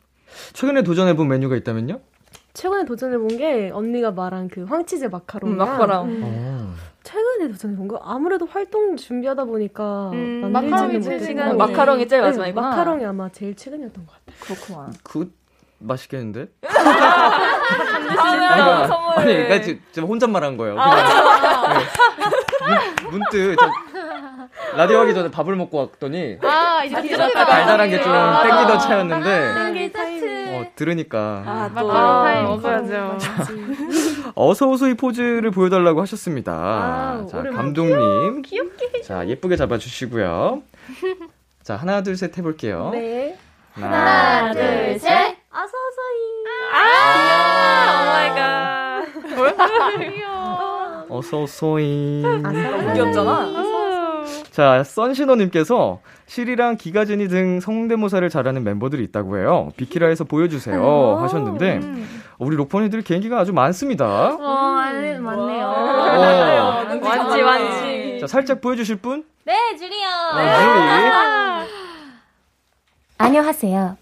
S2: 최근에 도전해본 메뉴가 있다면요?
S7: 최근에 도전해본 게 언니가 말한 그 황치즈 마카롱.
S6: 막바랑
S7: 최근에 도전해본 거 아무래도 활동 준비하다 보니까
S6: 음,
S7: 만들지는
S4: 마카롱이
S7: 못했고
S4: 최근이네.
S6: 마카롱이 제일 마지막이구나
S7: 마카롱이 아마 제일 최근이었던 것 같아요.
S6: 그렇구나
S2: 그 맛있겠는데?
S4: 아,
S2: 그러니까,
S5: 선물을.
S2: 아니, 그러니까 지금, 지금 혼잣말한 거예요.
S5: 아,
S2: 그냥, 네. 문, 문득 저 라디오 하기 전에 밥을 먹고 왔더니
S4: 아, 이제 들었다.
S2: 달달한 게 좀
S4: 맞아.
S2: 땡기던 차였는데
S4: 땡길 타임.
S2: 어, 들으니까
S4: 아,
S5: 또.
S4: 마카롱 타임
S5: 아,
S4: 먹어야죠.
S2: 어서 오소이 포즈를 보여달라고 하셨습니다. 자 감독님,
S4: 귀엽게.
S2: 자 예쁘게 잡아주시고요. 자 하나 둘 셋 해볼게요.
S6: 네.
S2: 하나,
S4: 네.
S8: 둘, 셋.
S6: 어서 어서이.
S5: 아, 오마이갓.
S2: 어서 오소이.
S7: 아,
S6: 너무 음,
S5: 음,
S6: 귀엽잖아.
S2: 자, 선신호님께서 실이랑 기가진이 등 성대모사를 잘하는 멤버들이 있다고 해요. 비키라에서
S4: 음.
S2: 보여주세요
S4: 아,
S2: 하셨는데 우리 록펀이들 개인기가 아주 많습니다.
S8: 어, 맞- 맞네요.
S2: 어.
S5: 완지, 완지.
S2: 자, 살짝 보여주실 분?
S8: 네, 줄이요.
S2: 아, 유리.
S11: 안녕하세요.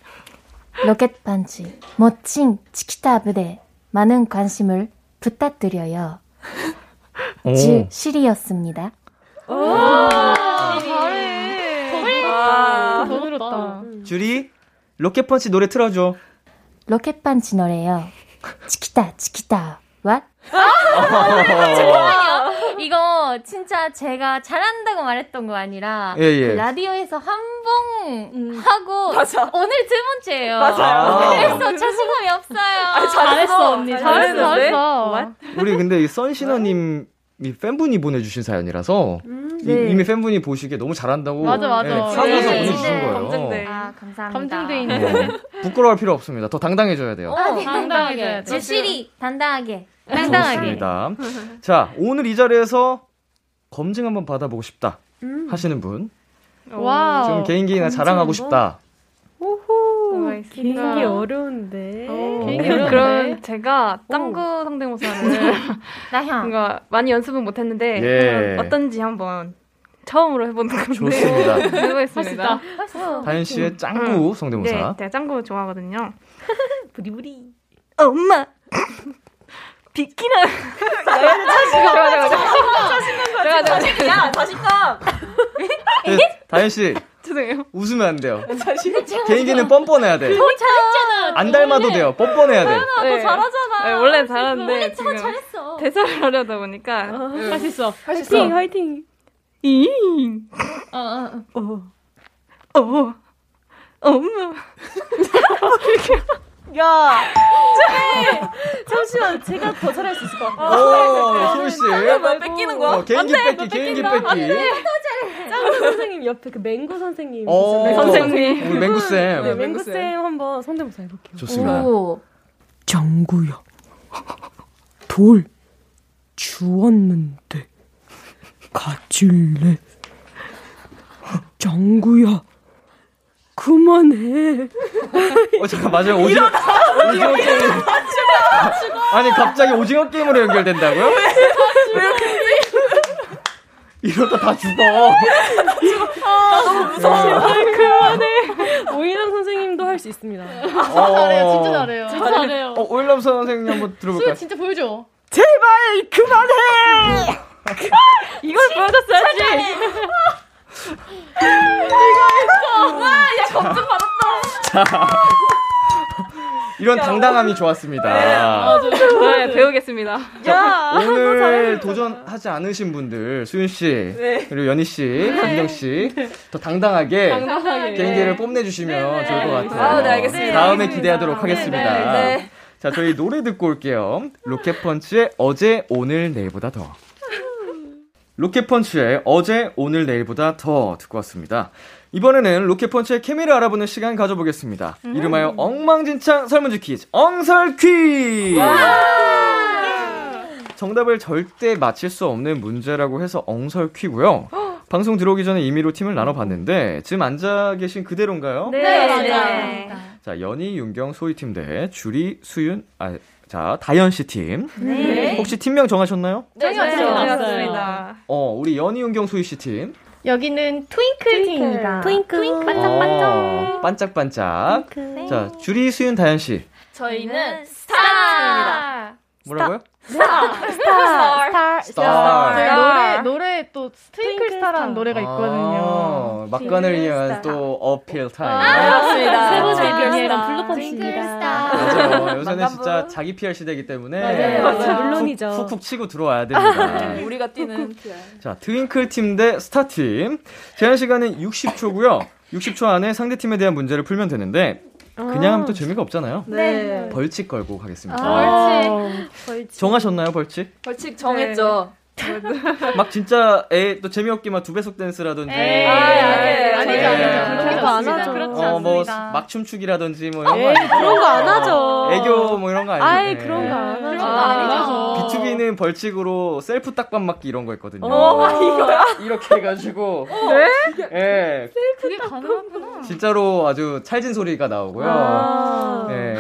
S11: 로켓 반지 멋진 치키타 부대 많은 관심을 부탁드려요.
S2: 오.
S11: 주 실이었습니다.
S5: 아,
S4: 더 늘었다.
S2: 줄이 로켓펀치 노래 틀어줘.
S11: 로켓 반지 노래요. 치키타 치키타와
S8: 잠깐만요. 아, 이거 진짜 제가 잘한다고 말했던 거 아니라
S2: 예, 예.
S8: 그 라디오에서 한 번 하고 오늘 두 번째예요.
S2: 맞아요.
S8: 음. 그래서 자신감이 없어요.
S7: 잘했어, 언니. 잘했어, 잘했어.
S2: 우리 근데 이 선신호님 이 팬분이 보내주신 사연이라서 이-
S4: 네.
S2: 이미 팬분이 보시기에 너무 잘한다고
S4: 맞아, 맞아.
S2: 예, 찾아서
S4: 네.
S2: 보내주신 거예요.
S5: 검증돼.
S8: 아, 감사합니다.
S4: 감정돼 있는.
S2: 어, 부끄러워할 필요 없습니다. 더 당당해져야 돼요.
S8: 당당하게.
S4: 당당하게.
S9: 네.
S8: 주실이 당당하게. 당당하게.
S2: 좋습니다. 자, 오늘 이 자리에서 검증 한번 받아보고 싶다
S6: 음.
S12: 음.
S2: 하시는 분.
S4: 어, 와우.
S2: 지금 개인기나 자랑하고 싶다.
S12: 개인기 어려운데.
S5: 개인적으로 그런 제가 짱구 성대모사를 네.
S8: 나향.
S5: 뭔가 많이 연습은 못했는데
S2: 예.
S5: 어떤지 한번 처음으로 해보는 건데
S2: 좋습니다.
S5: 해보겠습니다.
S4: 어,
S2: 다현 씨의 짱구
S5: 네,
S2: 성대모사.
S5: 제가 짱구 좋아하거든요.
S6: 부리부리.
S5: 엄마 비키라. 자신감. 자신감. 자신감.
S6: 야 자신감.
S2: 네, 다현 씨
S5: 아, 죄송해요.
S2: 웃으면 안 돼요.
S6: 네.
S2: 개인기는 뻔뻔해야 돼.
S8: 잘했잖아.
S2: 안 닮아도 돼요. 뻔뻔해야 돼.
S8: 너
S5: 네.
S8: 잘하잖아.
S5: 네, 원래 잘하는데 지금 아.
S8: 잘했어.
S5: 대사를 하려다 보니까
S7: 할 수 있어.
S12: 화이팅 화이팅.
S5: 이.
S8: 어, 어, 어.
S5: 어. 엄마.
S6: 야.
S12: 잠시만 제가 더 잘할 수 있을 것 같아요.
S2: 오, 소희 씨.
S6: 너 뺏기는 거야?
S2: 어, 개인기 뺏기, 개인기 뺏기.
S12: 어, 짱구 선생님 옆에 그 맹구 선생님.
S2: 오,
S12: 있잖아요.
S5: 선생님.
S2: 우리 어, 맹구
S12: 네,
S2: 쌤.
S12: 맹구 쌤 한번 성대모사 해볼게요.
S2: 좋습니다.
S8: 오.
S3: 정구야 돌 주웠는데 가질래 정구야 그만해
S2: 어, 잠깐 맞아요. 오징어, 오징어 게임. 아니 갑자기 오징어 게임으로 연결된다고요? 이러다 다 죽어. 아.
S12: 오인영 선생님도 할 수 있습니다.
S4: 잘해요, 아, 진짜 잘해요. 진짜 잘해요.
S2: 어, 오일남 선생님 한번 들어볼까요?
S4: 진짜 보여줘.
S6: 제발 그만해.
S5: 이걸 보여줬어야지.
S2: 이런 당당함이 좋았습니다.
S4: 아,
S5: 네, 배우겠습니다.
S6: 야.
S2: 오늘 도전하지 않으신 분들, 수윤 씨, 그리고 연희 씨, 강경 씨, 더 네. 당당하게
S4: 네.
S2: 개인기를 뽐내주시면 좋을 것 같아요.
S6: 아, 네, 알겠습니다.
S2: 다음에 기대하도록 하겠습니다.
S6: 네, 네.
S2: 자, 저희 노래 듣고 올게요. 로켓펀치의 어제, 오늘, 내일보다 더. 로켓펀치의 어제, 오늘, 내일보다 더 듣고 왔습니다. 이번에는 로켓펀치의 케미를 알아보는 시간 가져보겠습니다. 이름하여 엉망진창 설문지 퀴즈, 엉설 퀴즈! 정답을 절대 맞힐 수 없는 문제라고 해서 엉설 퀴고요. 방송 들어오기 전에 임의로 팀을 나눠봤는데 지금 앉아 계신 그대로인가요?
S5: 네.
S2: 자, 연희, 윤경, 소희 팀 대 주리, 수윤, 아, 자, 다현 씨 팀. 혹시 팀명 정하셨나요?
S8: 네,
S5: 맞습니다.
S2: 어, 우리 연희, 윤경, 소희 씨 팀.
S4: 여기는 트윙클 팀입니다.
S8: 트윙클.
S6: 아,
S2: 어, 반짝반짝. 네. 반짝반짝. 자, 주리, 수윤, 다현 씨.
S8: 저희는
S5: 스타입니다.
S2: 뭐라고요?
S6: 아,
S8: 스타.
S2: 아, 스타.
S4: 네, 노래 노래 또 트윙클 스타라는 노래가 있거든요.
S2: 아, 막간을 이용한 또 어필 타임.
S6: 아.
S4: 맞습니다.
S8: 새로 데뷔한
S4: 아,
S8: 블루펀치입니다.
S2: 맞아요. 요새는
S6: 만감부.
S2: 진짜 자기 PR 시대이기 때문에
S6: 맞아요, 맞아요.
S2: 훅,
S6: 물론이죠.
S2: 훅훅 치고 들어와야 됩니다.
S6: 우리가 뛰는
S2: 자, 트윙클 팀 대 스타 팀. 제한 시간은 60초고요. 60초 안에 상대 팀에 대한 문제를 풀면 되는데 그냥 하면 또 재미가 없잖아요.
S6: 네. 아,
S2: 벌칙 걸고 가겠습니다.
S4: 아.
S6: 벌칙. 벌칙.
S2: 정하셨나요, 벌칙?
S6: 벌칙 정했죠.
S2: 막 진짜 에 또 재미없기만 두 배속
S4: 네.
S2: 댄스라든지
S6: 에이, 아니에요. 아니죠,
S2: 예.
S6: 아니죠. 네. 그렇게
S2: 어,
S6: 안 하죠. 그렇지
S2: 네. 어, 뭐
S6: 않습니다.
S2: 막춤추기라든지 뭐 이런 거
S6: 에이,
S2: 아니죠?
S6: 그런 거안
S2: 어,
S6: 하죠.
S2: 애교 뭐 이런 거 아니죠?
S6: 아이,
S2: 예.
S6: 그런 거안
S8: 그런
S6: 하죠.
S8: 거 아니죠.
S2: B2B는 벌칙으로 셀프 딱밤 맞기 이런 거 했거든요.
S6: 어, 이거야?
S2: 이렇게 해가지고
S6: 네?
S2: 예.
S8: 그게 가능하구나.
S2: 진짜로 아주 찰진 소리가 나오고요.
S8: 아.
S2: 예.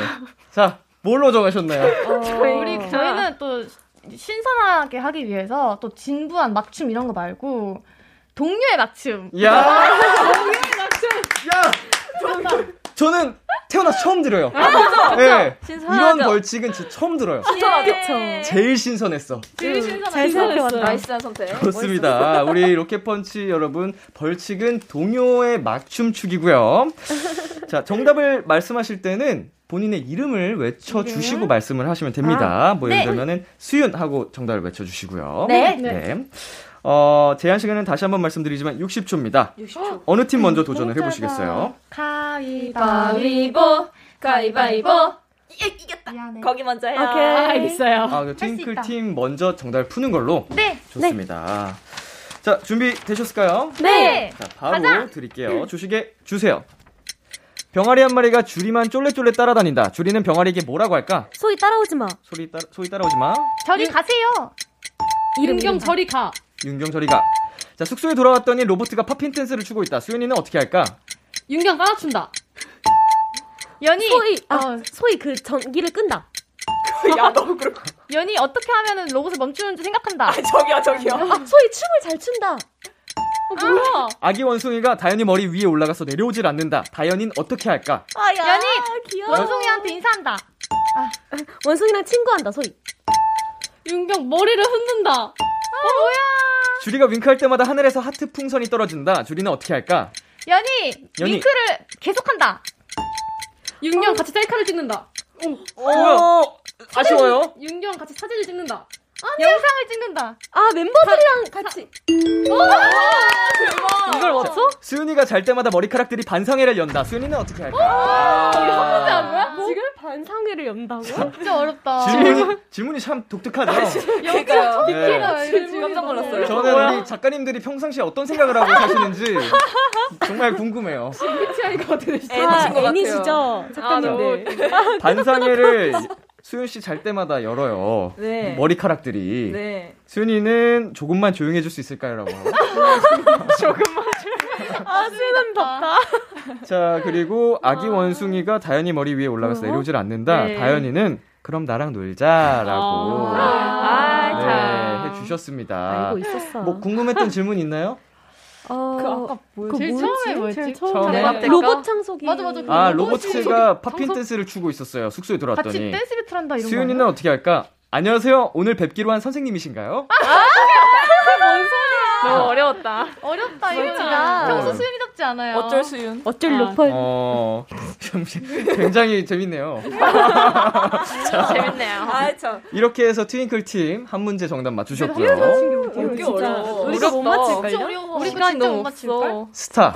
S2: 자, 뭘로 정하셨나요?
S6: 어.
S4: 우리 저희는 또 신선하게 하기 위해서 또 진부한 막춤 이런 거 말고 동료의 막춤.
S2: 야!
S6: 아,
S4: 동료의
S6: 막춤.
S2: 야! 저는 태어나서 처음 들어요.
S6: 아, 그죠? 그죠?
S2: 예. 이런
S6: 신선하죠?
S2: 벌칙은 진짜 처음 들어요.
S4: 예.
S6: 그쵸.
S2: 제일 신선했어.
S6: 잘
S12: 아. 생각해봤다.
S6: 나이스한 선택.
S2: 좋습니다. 우리 로켓펀치 여러분, 벌칙은 동요의 맞춤추기고요. 자, 정답을 말씀하실 때는 본인의 이름을 외쳐주시고
S13: 이름?
S2: 말씀을 하시면 됩니다.
S13: 아,
S2: 뭐 예를
S13: 네.
S2: 들면은 수윤 하고 정답을 외쳐주시고요.
S13: 네.
S2: 네. 어, 제한 시간은 다시 한번 말씀드리지만 60초입니다. 어느 팀 먼저 도전을 해보시겠어요?
S6: 가위바위보, 가위바위보. 예, 이겼다. 거기 먼저 해요.
S2: 아, 그 트윙클 팀 먼저 정답을 푸는 걸로.
S6: 네.
S2: 좋습니다. 자, 준비 되셨을까요?
S6: 네.
S2: 자, 바로
S6: 가자.
S2: 드릴게요. 주시게 주세요. 병아리 한 마리가 주리만 쫄래쫄래 따라다닌다. 주리는 병아리에게 뭐라고 할까?
S12: 소희 따라오지 마.
S2: 소리 따라, 소리 따라오지 마.
S4: 저리 가세요.
S7: 이름경 저리 가.
S2: 윤경철이가. 자, 숙소에 돌아왔더니 로봇가 팝핀 댄스를 추고 있다. 수연이는 어떻게 할까?
S7: 윤경 깔아춘다.
S4: 연희.
S12: 소희 아 소희 그 전기를 끈다.
S6: 야 너무 그렇고.
S4: 연희 어떻게 하면은 로봇을 멈추는지 생각한다. 아,
S6: 저기요, 저기요.
S12: 소희 춤을 잘 춘다.
S4: 어, 뭐야?
S2: 아기 원숭이가 다현이 머리 위에 올라가서 내려오질 않는다. 다현이는 어떻게 할까?
S4: 연희
S12: 귀여워.
S4: 원숭이한테 인사한다.
S12: 원숭이랑 친구한다 소희.
S7: 윤경 머리를 흔든다.
S4: 아,
S2: 주리가 윙크할 때마다 하늘에서 하트 풍선이 떨어진다. 주리는 어떻게 할까?
S4: 연희,
S2: 연희.
S4: 윙크를 계속한다. 어.
S7: 윤경 같이 셀카를 찍는다.
S2: 어. 뭐야? 아쉬워요.
S7: 윤경 같이 사진을 찍는다.
S4: 영상을 찍는다.
S12: 아 멤버들이랑 같이.
S2: 어. 이걸 맞춰? 수윤이가 잘 때마다 머리카락들이 반상회를 연다. 수윤이는 어떻게 할까?
S12: 거야? 지금 반상회를 연다고?
S4: 아, 진짜
S6: 아.
S4: 어렵다.
S2: 질문이, 질문이 참 독특하죠?
S6: 그러니까요.
S2: 네.
S6: 깜짝 놀랐어요.
S2: 저는
S6: 아, 뭐야?
S2: 우리 작가님들이 평상시에 어떤 생각을 하고 사시는지 정말 궁금해요.
S7: MBTI 같은
S6: 애니신 것
S12: 아, 애니시죠
S6: 같아요.
S12: 작가님들.
S2: 반상회를 수윤 씨 잘 때마다 열어요.
S6: 네.
S2: 머리카락들이.
S6: 네.
S2: 수윤이는 조금만 조용해줄 수 있을까요라고.
S12: 아 수는 덥다.
S2: 자 그리고 아기 원숭이가 다현이 머리 위에 올라가서 내려오질 않는다.
S6: 어? 네.
S2: 다현이는 그럼 나랑 놀자라고
S6: 아,
S2: 네,
S7: 아.
S2: 해주셨습니다.
S12: 알고 있었어.
S2: 뭐 궁금했던 질문 있나요?
S12: 어, 그 아까 뭐였지?
S4: 제일 처음에 뭐였지?
S12: 제일
S2: 처음에.
S12: 네. 로봇 창속이.
S4: 맞아, 맞아. 그
S2: 아
S4: 로봇이
S2: 로봇가 팝핀
S4: 방송-
S2: 댄스를 추고 있었어요. 숙소에
S4: 같이
S2: 들어왔더니
S4: 댄스 배틀한다 이런 거.
S2: 수윤이는 어떻게 할까? 안녕하세요. 오늘 뵙기로 한 선생님이신가요?
S4: 아. 뭔 소리야?
S2: 너무
S4: 어려웠다. 어렵다
S6: 진짜.
S4: 이거가. 평소 수윤이답지 않아요.
S6: 어쩔 수윤.
S12: 어쩔
S2: 어, 굉장히 재밌네요.
S6: 재밌네요. 아, 참.
S2: 이렇게 해서 트윙클 팀 한 문제 정답
S4: 네,
S2: 맞추셨고요.
S7: 어,
S6: 되게 어려워.
S12: 우리가 못 맞출걸요?
S6: 진짜 어려워.
S4: 우리가
S6: 시간이
S4: 진짜
S6: 너무
S4: 못 맞출걸?
S6: 없어.
S2: 스타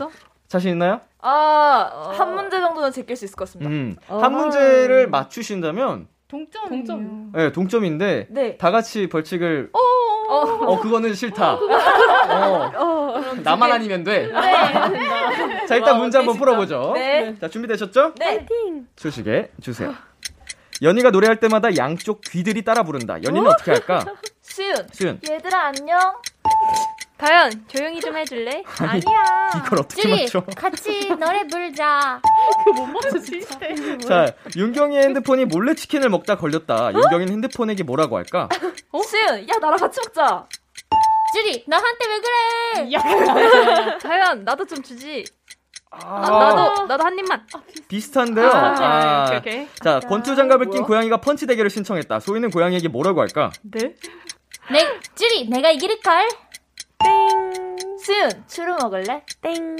S2: 자신 있나요?
S6: 아, 한 문제 정도는 제낄 수 있을 것
S4: 네.
S6: 같습니다.
S2: 음,
S4: 아.
S2: 한 문제를 맞추신다면
S4: 동점. 동점.
S2: 예, 동점인데
S6: 네.
S2: 다 같이 벌칙을
S4: 오.
S2: 어 그거는 싫다. 어.
S5: 어,
S2: 나만 아니면 돼.
S5: 네.
S2: 자 일단 문제 한번 풀어보죠.
S6: 네.
S2: 자 준비되셨죠?
S6: 네.
S2: 소식에 주세요. 연희가 노래할 때마다 양쪽 귀들이 따라 부른다. 연희는
S5: 어?
S2: 어떻게 할까?
S5: 수윤.
S2: 수윤.
S5: 얘들아 안녕. 다현 조용히 좀 해줄래? 아니야.
S2: 이걸 어떻게 맞춰?
S5: 같이 노래 부르자.
S7: 그못 맞추지?
S2: 자 윤경이의 핸드폰이 몰래 치킨을 먹다
S5: 어?
S2: 걸렸다. 윤경이는 핸드폰에게 뭐라고 할까?
S6: 어? 수윤, 야, 나랑 같이 먹자.
S8: 주리, 나한테 왜 그래?
S5: 다현 나도 좀 주지.
S2: 아,
S5: 나도 나도 한 입만.
S2: 비슷한데요.
S5: 어. 아, 네, 오케이, 오케이. 아,
S2: 자 권투 장갑을 낀
S5: 뭐야?
S2: 고양이가 펀치 대결을 신청했다. 소희는 고양이에게 뭐라고 할까?
S5: 네?
S8: 네, 쭈리, 내가 이길걸?
S5: 수윤 추루 먹을래?
S8: 땡.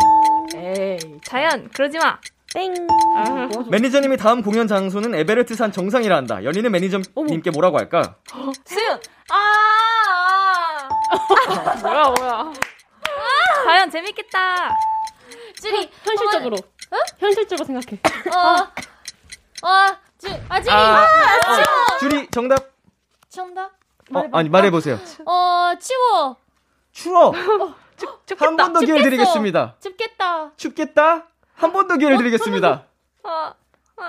S6: 에이.
S5: 자연 그러지 마.
S2: 땡. 어. 매니저님이 다음 공연 장소는 에베레트산 정상이라 한다. 연희는 매니저님께 뭐라고 할까?
S8: 수윤! 아! 아.
S5: 뭐야, 뭐야.
S8: 과연 재밌겠다. 쭈리.
S7: 현실적으로. 현실적으로 생각해.
S8: 어. 어. 쭈. 아, 쭈리.
S2: 어,
S8: 치워.
S2: 줄이 정답.
S8: 정답.
S2: 어, 아니 말해보세요.
S8: 어, 치워.
S2: 추워.
S8: 어, 춥겠다.
S2: 한 번 더
S8: 춥겠어.
S2: 기회를 드리겠습니다.
S8: 춥겠다.
S2: 춥겠다. 한 번 더 기회를 드리겠습니다.
S8: 어. 어.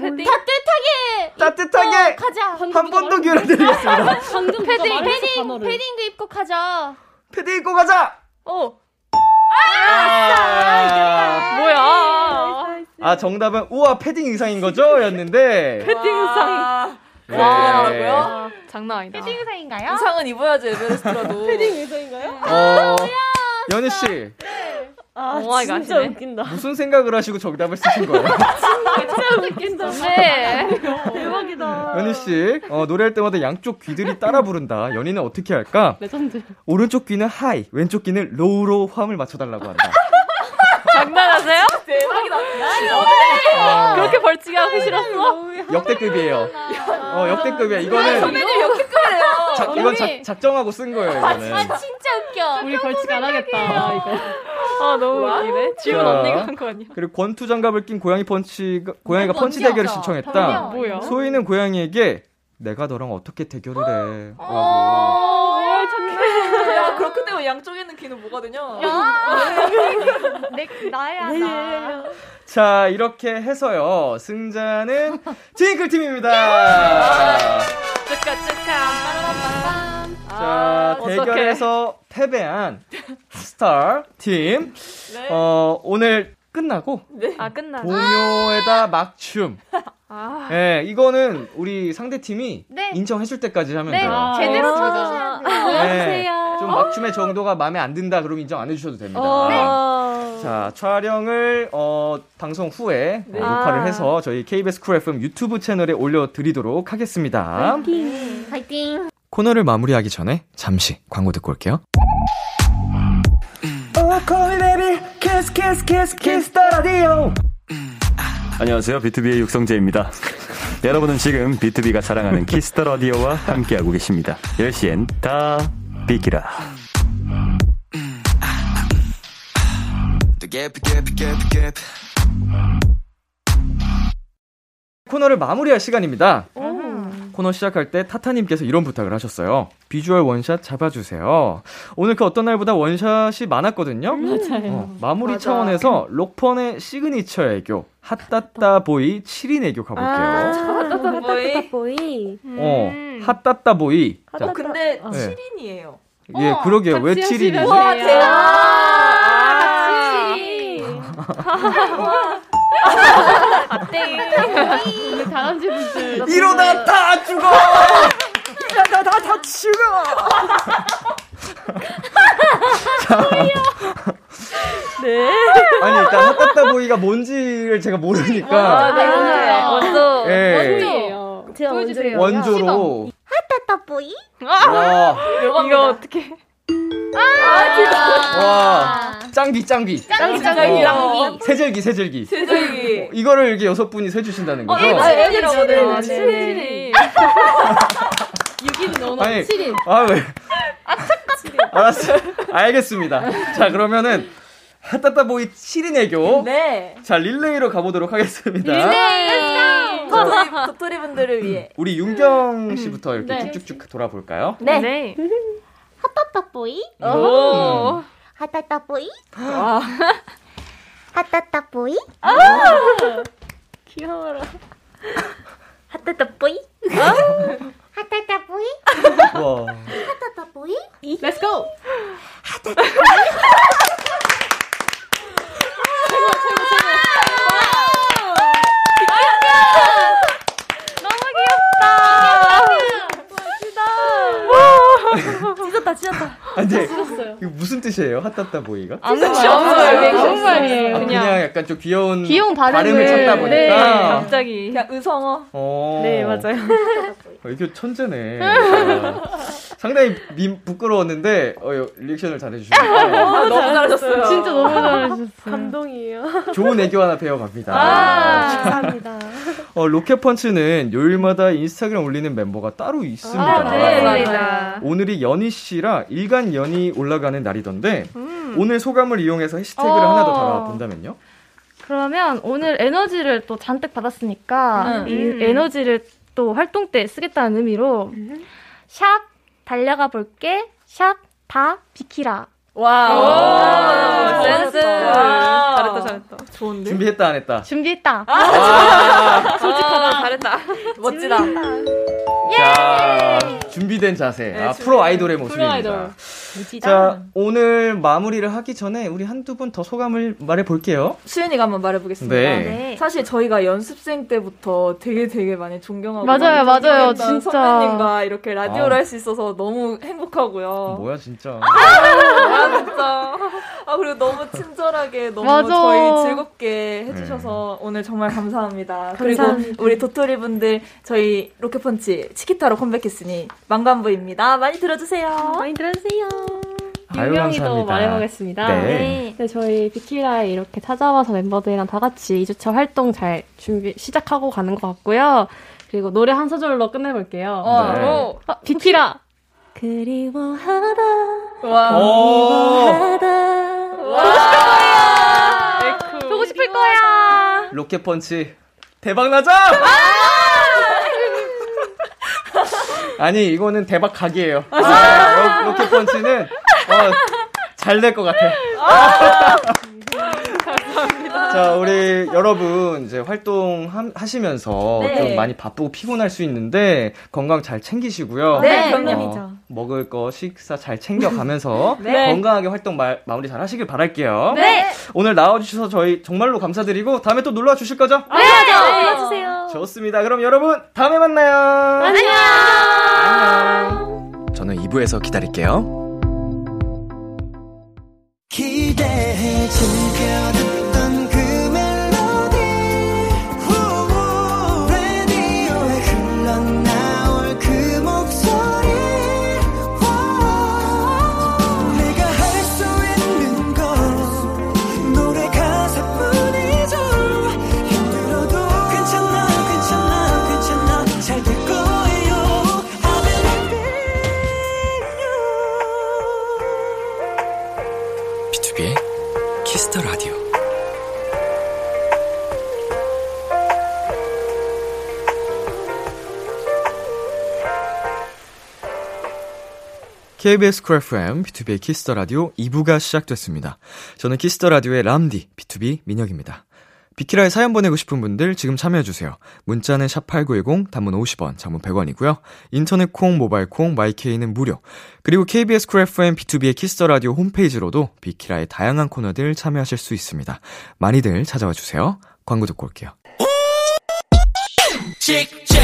S8: 따뜻하게.
S2: 따뜻하게.
S8: 입고 가자.
S2: 한 번 더 기회를
S8: 아.
S2: 드리겠습니다.
S8: 방금
S7: 누가
S8: 패딩
S7: 말했어,
S8: 패딩
S7: 단어를.
S8: 패딩도 입고 가자.
S2: 패딩 입고 가자.
S8: 어.
S2: 아,
S5: 뭐야.
S2: 아, 정답은 우와 패딩 의상인 거죠?였는데.
S8: 아.
S5: 패딩상.
S2: 네.
S5: 와, 장난 아니다. 패딩
S8: 의상인가요?
S6: 의상은 입어야지 에베레스트라도.
S7: 패딩
S8: 아,
S7: 의상인가요?
S2: 어, 연희 씨
S7: 아,
S5: 오 마이 갓,
S7: 진짜
S5: 아시네.
S7: 웃긴다.
S2: 무슨 생각을 하시고 정답을 쓰신 거예요?
S7: 진짜 웃긴다.
S5: 네.
S7: 대박이다.
S2: 연희 씨 어, 노래할 때마다 양쪽 귀들이 따라 부른다. 연희는 어떻게 할까?
S7: 레전드.
S2: 오른쪽 귀는 하이, 왼쪽 귀는 로우로 화음을 맞춰달라고 한다.
S5: 장난하세요?
S6: 대박이다.
S5: 어때? 그렇게 벌칙이 하기 싫었어?
S2: 역대급이에요. 어, 역대급이야. 이거는
S8: 선배님 역대급이에요.
S2: 작, 이건 작, 작정하고 쓴 거예요. 이거는.
S8: 아 진짜 웃겨.
S7: 우리 벌칙 안 하겠다. 이거.
S5: 아, 너무 웃기네. 지훈
S2: 자.
S5: 언니가 한 거 아니야?
S2: 그리고 권투 장갑을 낀 고양이 펀치 고양이가
S8: 이거
S2: 펀치
S8: 어디야?
S2: 대결을
S8: 덤벼.
S2: 신청했다.
S5: 뭐야?
S2: 소희는 고양이에게 내가 너랑 어떻게 대결을 해? 라고.
S8: 어.
S6: 야, 그렇게 되면 양쪽에는 귀는 뭐가 되냐?
S8: 내 나야 나.
S2: 자 이렇게 해서요 승자는 트윙클 팀입니다.
S5: 축하, 축하.
S2: 자 대결에서 패배한 스타 팀.
S6: 네.
S2: 어 오늘 끝나고
S5: 아, 끝나.
S2: 동요에다 막춤.
S5: 아,
S2: 예, 이거는 우리 상대 팀이
S8: 네.
S2: 인정해줄 때까지 하면
S8: 네,
S4: 아,
S2: 돼요.
S8: 제대로 쳐주셔야 돼요.
S2: 네, 좀 맞춤의 정도가 마음에 안 든다 그럼 인정 안 해주셔도 됩니다.
S8: 어. 네.
S2: 자 촬영을 어, 방송 후에 어,
S8: 아.
S2: 녹화를 해서 저희 KBS 쿨 FM 유튜브 채널에 올려드리도록 하겠습니다.
S8: 파이팅.
S2: 코너를 마무리하기 전에 잠시 광고 듣고 올게요.
S13: 안녕하세요. B2B의 육성재입니다. 여러분은 지금 B2B가 사랑하는 키스터 라디오와 함께하고 계십니다. 10시엔 다 비키라.
S2: 코너를 마무리할 시간입니다.
S7: 어.
S2: 코너 시작할 때 타타님께서 이런 부탁을 하셨어요. 비주얼 원샷 잡아주세요. 오늘 그 어떤 날보다 원샷이 많았거든요.
S7: 맞아요.
S2: 어, 마무리 차원에서 록펀의 시그니처 애교 핫따따 보이 7인 애교
S12: 아,
S7: 아,
S2: 가볼게요.
S7: 어,
S6: 따뜻한
S12: 보이.
S6: 보이.
S2: 어, 핫따따 보이. 자,
S6: 어, 근데
S2: 네.
S6: 7인이에요.
S2: 예, 그러게요. 왜 7인이지?
S6: 와, 대박!
S4: 아, 아,
S7: 오늘 다람쥐 분들.
S2: 이러다 다 죽어!
S6: 나, 나, 다 죽어!
S2: 아니, 일단 핫따따 보이가 뭔지를 제가 모르니까.
S7: 아,
S5: 네,
S4: 아,
S5: 먼저.
S2: 예,
S7: 요
S12: 아, 제가
S7: 보여주세요.
S12: 먼저요.
S2: 원조로.
S9: 따보이
S2: 와,
S5: 이거 어떻게.
S2: 와. 짱비, 짱비.
S8: 짱이
S2: 짱이,
S7: 어,
S8: 짱이 짱이.
S2: 세절기, 세절기.
S6: 세상에.
S2: 이거를 이렇게 여섯 분이 세주신다는
S8: 어,
S4: 어,
S2: 거죠?
S4: 예,
S6: 애들이라고
S5: 칠인이.
S7: 6인 너너
S2: 아니,
S7: 7인.
S2: 아, 왜? 아, 착각. 알았어. 알겠습니다. 자, 그러면은, 핫따따보이 7인 애교.
S6: 네.
S2: 자, 릴레이로 가보도록 하겠습니다.
S6: 도토리, 도토리 분들을 위해.
S2: 우리 윤경 씨부터 이렇게
S7: 네.
S2: 쭉쭉쭉 돌아볼까요?
S5: 네.
S9: 따보이
S5: 오.
S9: 따따보이
S8: 아.
S9: 따따보이
S7: 귀여워라.
S9: 따따보이
S8: 아.
S9: 따따보이
S2: 와.
S9: 따따보이
S7: Let's go.
S2: 아, 근데 이거 무슨 뜻이에요? 핫따따보이가?
S5: 아무 뜻이 없어요.
S7: 정말이에요. 음.
S2: 그냥,
S5: 그냥
S2: 약간 좀 귀여운,
S7: 귀여운 발음을-
S2: 찾다 보니까
S7: 네.
S5: 갑자기.
S6: 그냥 의성어.
S2: 어,
S7: 네, 맞아요.
S2: 어, 이게 천재네. 아. 상당히 미, 부끄러웠는데 어, 요- 리액션을 잘해주시고
S6: 아,
S12: 너무 잘하셨어요.
S4: 진짜 너무 잘하셨어요.
S12: 감동이에요.
S2: 좋은 애교 하나 배워갑니다.
S5: 아.
S12: 감사합니다.
S2: 어, 로켓펀치는 요일마다 인스타그램 올리는 멤버가 따로 있습니다.
S9: 아, 네, 맞습니다.
S2: 오늘이 연희 씨랑 일간 연희 올라가는 날이던데
S4: 음.
S2: 오늘 소감을 이용해서 해시태그를
S4: 어.
S2: 하나 더 달아본다면요?
S4: 그러면 오늘 에너지를 또 잔뜩 받았으니까
S8: 음.
S4: 이
S8: 음.
S4: 에너지를 또 활동 때 쓰겠다는 의미로 샵 달려가 볼게 샵 다 비키라.
S5: 와. 센스.
S6: 아.
S4: 와.
S5: 잘했다, 잘했다. 좋은데?
S2: 준비했다 안 했다?
S4: 준비했다.
S7: 아,
S6: 아,
S5: 솔직하다, 잘했다. 멋지다.
S2: 자 예! 준비된 자세 아, 프로 아이돌의 모습입니다. 자 오늘 마무리를 하기 전에 우리 한두 분 더 소감을 말해볼게요.
S6: 수연이가 한번 말해보겠습니다.
S2: 네. 아, 네.
S6: 사실 저희가 연습생 때부터 되게 되게 많이 존경하고
S4: 맞아요,
S6: 많이
S4: 맞아요.
S6: 존경했던
S4: 진짜.
S6: 선배님과 이렇게 라디오를
S2: 아.
S6: 할 수 있어서 너무 행복하고요.
S2: 뭐야 진짜.
S6: 아, 진짜. 아, 그리고 너무 친절하게, 너무
S4: 맞아.
S6: 저희 즐겁게
S2: 네.
S6: 해주셔서 오늘 정말 감사합니다.
S4: 감사합니다.
S6: 그리고 우리 도토리 분들, 저희 로켓펀치 치키타로 컴백했으니 망간부입니다. 많이 들어주세요.
S2: 네.
S6: 많이 들어주세요.
S2: 아유,
S7: 유명이도
S2: 감사합니다.
S7: 말해보겠습니다.
S2: 네.
S7: 네. 저희 비키라에 이렇게 찾아와서 멤버들이랑 다 같이 2주차 활동 잘 준비 시작하고 가는 것 같고요. 그리고 노래 한 소절로 끝내볼게요.
S9: 네.
S7: 어, 비키라.
S9: 그리워하다.
S2: 어. 오.
S4: 보고 싶을 거야.
S2: 로켓펀치 대박 나자! 아! 아니 이거는 대박 각이에요. 아, 로- 로켓펀치는 어, 잘 될 것 같아. 자 우리 여러분 이제 활동 하시면서
S9: 네.
S2: 좀 많이 바쁘고 피곤할 수 있는데 건강 잘 챙기시고요.
S9: 네,
S2: 어,
S9: 건강이죠.
S2: 먹을 거 식사 잘 챙겨가면서
S9: 네.
S2: 건강하게 활동 마, 마무리 잘 하시길 바랄게요.
S9: 네.
S2: 오늘 나와주셔서 저희 정말로 감사드리고 다음에 또 놀러 주실 거죠?
S9: 어.
S7: 네,
S9: 맞아. 불러주세요.
S2: 좋습니다. 그럼 여러분 다음에 만나요.
S7: 아.
S2: 안녕.
S14: 저는 2부에서 기다릴게요.
S9: 기대해 즐겨 듣던 그 멜로디 후, 라디오에 흘러나올 그 목소리 와, 내가 할 수 있는 건 노래 가사뿐이죠 힘들어도 괜찮아 괜찮아 괜찮아 잘 될 거예요 I believe
S14: B2B의 키스터 라디오.
S2: KBS 쿨 FM, B2B의 키스터 라디오 2부가 시작됐습니다. 저는 키스터 라디오의 람디, B2B 민혁입니다. 비키라에 사연 보내고 싶은 분들 지금 참여해주세요. 문자는 샵8910, 단문 50원, 장문 100원이고요. 인터넷 콩, 모바일 콩, 마이케이는 무료. 그리고 KBS 쿨 FM, B2B의 키스터 라디오 홈페이지로도 비키라의 다양한 코너들 참여하실 수 있습니다. 많이들 찾아와 주세요. 광고 듣고 올게요.
S9: 직진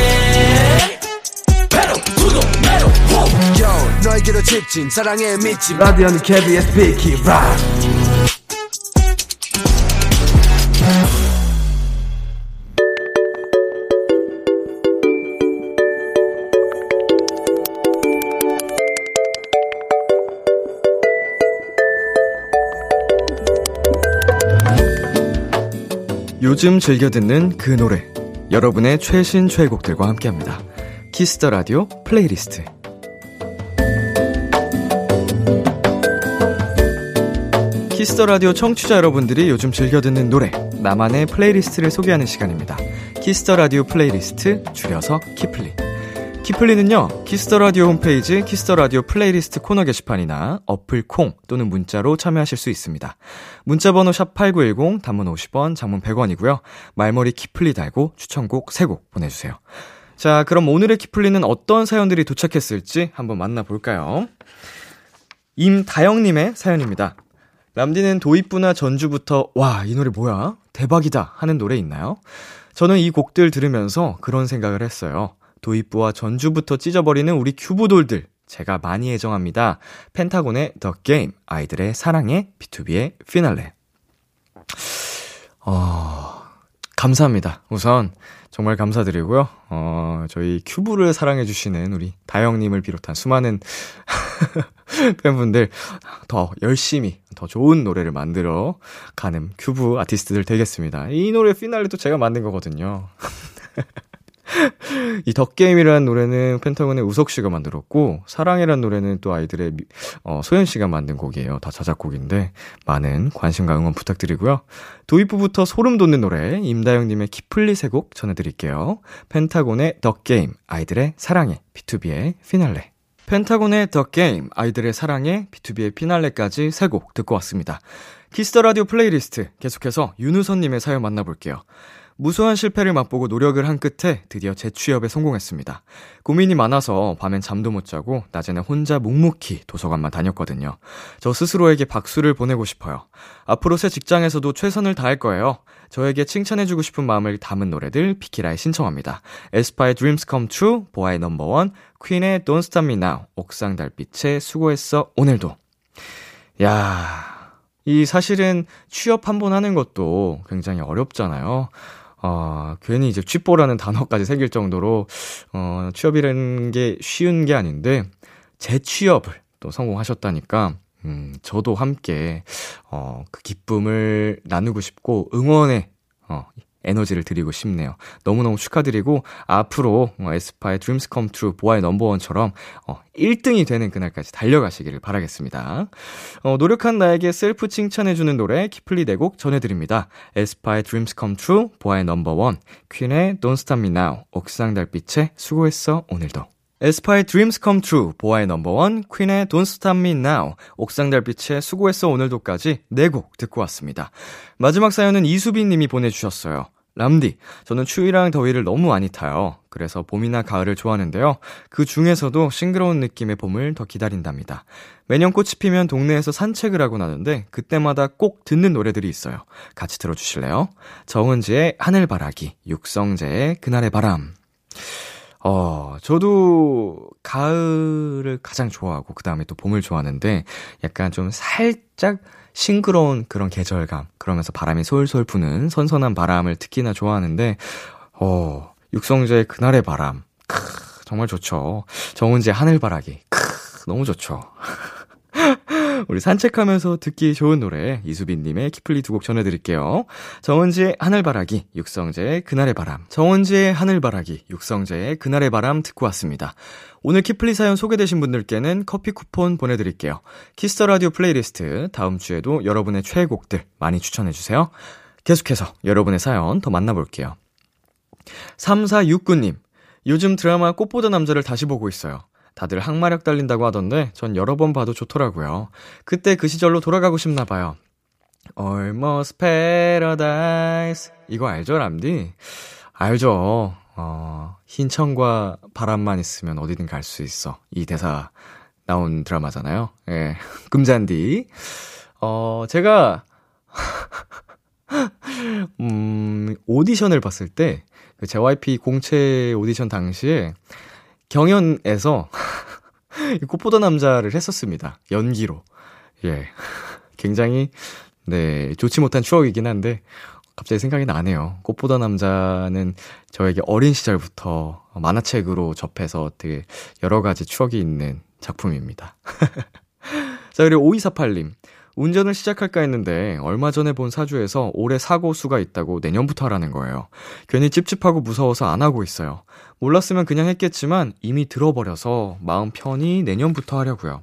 S9: 배로 구독 매로 호
S15: Yo, 너에게로 직진 사랑에 미친 라디오는 KBS 비키라
S2: 요즘 즐겨 듣는 그 노래 여러분의 최신 최애곡들과 함께합니다. 키스터 라디오 플레이리스트 키스터 라디오 청취자 여러분들이 요즘 즐겨 듣는 노래 나만의 플레이리스트를 소개하는 시간입니다. 키스터 라디오 플레이리스트 줄여서 키플리. 키플리는요 키스터 라디오 홈페이지 키스터 라디오 플레이리스트 코너 게시판이나 어플 콩 또는 문자로 참여하실 수 있습니다. 문자 번호 샵 8910 단문 50원 장문 100원이고요. 말머리 키플리 달고 추천곡 3곡 보내 주세요. 자, 그럼 오늘의 키플리는 어떤 사연들이 도착했을지 한번 만나 볼까요? 임다영님의 사연입니다. 람디는 도입부나 전주부터 와, 이 노래 뭐야? 대박이다 하는 노래 있나요? 저는 이 곡들 들으면서 그런 생각을 했어요. 도입부와 전주부터 찢어버리는 우리 큐브돌들. 제가 많이 애정합니다. 펜타곤의 The Game, 아이들의 사랑의 B2B의 피날레. 어, 감사합니다. 우선 정말 감사드리고요. 어, 저희 큐브를 사랑해주시는 우리 다영님을 비롯한 수많은 팬분들 더 열심히 더 좋은 노래를 만들어 가는 큐브 아티스트들 되겠습니다. 이 노래 피날레도 제가 만든 거거든요. 이 덕게임이라는 노래는 펜타곤의 우석 씨가 만들었고 사랑이라는 노래는 또 아이들의 미- 어, 소연 씨가 만든 곡이에요. 다 자작곡인데 많은 관심과 응원 부탁드리고요. 도입부부터 소름 돋는 노래 임다영님의 키플리 세곡 전해드릴게요. 펜타곤의 덕게임 아이들의 사랑해 B2B의 피날레. 펜타곤의 더 게임, 아이들의 사랑에, B2B의 피날레까지 세 곡 듣고 왔습니다. 키스터 라디오 플레이리스트 계속해서 윤우선님의 사연 만나볼게요. 무수한 실패를 맛보고 노력을 한 끝에 드디어 재취업에 성공했습니다. 고민이 많아서 밤엔 잠도 못 자고 낮에는 혼자 묵묵히 도서관만 다녔거든요. 저 스스로에게 박수를 보내고 싶어요. 앞으로 새 직장에서도 최선을 다할 거예요. 저에게 칭찬해주고 싶은 마음을 담은 노래들 피키라에 신청합니다. 에스파의 Dreams Come True, 보아의 넘버원, 퀸의 Don't Stop Me Now, 옥상 달빛에 수고했어 오늘도. 야, 이 사실은 취업 한 번 하는 것도 굉장히 어렵잖아요. 어, 괜히 이제 취뽀라는 단어까지 생길 정도로 어, 취업이라는 게 쉬운 게 아닌데 재취업을 또 성공하셨다니까 음, 저도 함께 어, 그 기쁨을 나누고 싶고 응원의 어, 에너지를 드리고 싶네요. 너무너무 축하드리고 앞으로 어, 에스파의 Dreams Come True 보아의 넘버원처럼 어, 1등이 되는 그날까지 달려가시기를 바라겠습니다. 어, 노력한 나에게 셀프 칭찬해주는 노래 키플리 네 대곡 전해드립니다. 에스파의 Dreams Come True 보아의 넘버원 퀸의 Don't Stop Me Now 옥상 달빛에 수고했어 오늘도 에스파의 Dreams Come True, 보아의 넘버원, 퀸의 Don't Stop Me Now, 옥상달빛의 수고했어 오늘도까지 4곡 듣고 왔습니다. 마지막 사연은 이수빈 님이 보내주셨어요. 람디, 저는 추위랑 더위를 너무 많이 타요. 그래서 봄이나 가을을 좋아하는데요. 그 중에서도 싱그러운 느낌의 봄을 더 기다린답니다. 매년 꽃이 피면 동네에서 산책을 하고 나는데 그때마다 꼭 듣는 노래들이 있어요. 같이 들어주실래요? 정은지의 하늘바라기, 육성재의 그날의 바람. 어, 저도 가을을 가장 좋아하고, 그 다음에 또 봄을 좋아하는데, 약간 좀 살짝 싱그러운 그런 계절감, 그러면서 바람이 솔솔 부는 선선한 바람을 특히나 좋아하는데, 어, 육성재의 그날의 바람. 크, 정말 좋죠. 정은지의 하늘바라기. 크, 너무 좋죠. 우리 산책하면서 듣기 좋은 노래 이수빈님의 키플리 두 곡 전해드릴게요. 정은지의 하늘바라기, 육성재의 그날의 바람. 정은지의 하늘바라기, 육성재의 그날의 바람 듣고 왔습니다. 오늘 키플리 사연 소개되신 분들께는 커피 쿠폰 보내드릴게요. 키스터 라디오 플레이리스트 다음 주에도 여러분의 최애곡들 많이 추천해주세요. 계속해서 여러분의 사연 더 만나볼게요. 3469님, 요즘 드라마 꽃보다 남자를 다시 보고 있어요. 다들 항마력 달린다고 하던데 전 여러 번 봐도 좋더라고요. 그때 그 시절로 돌아가고 싶나 봐요. Almost Paradise 이거 알죠 람디? 알죠. 어, 흰천과 바람만 있으면 어디든 갈 수 있어. 이 대사 나온 드라마잖아요. 예. 금잔디. 어, 제가 음, 오디션을 봤을 때, 그 JYP 공채 오디션 당시에 경연에서 이 꽃보다 남자를 했었습니다. 연기로. 예. 굉장히, 네, 좋지 못한 추억이긴 한데, 갑자기 생각이 나네요. 꽃보다 남자는 저에게 어린 시절부터 만화책으로 접해서 되게 여러 가지 추억이 있는 작품입니다. 자, 그리고 5248님. 운전을 시작할까 했는데 얼마 전에 본 사주에서 올해 사고 수가 있다고 내년부터 하라는 거예요. 괜히 찝찝하고 무서워서 안 하고 있어요. 몰랐으면 그냥 했겠지만 이미 들어버려서 마음 편히 내년부터 하려고요.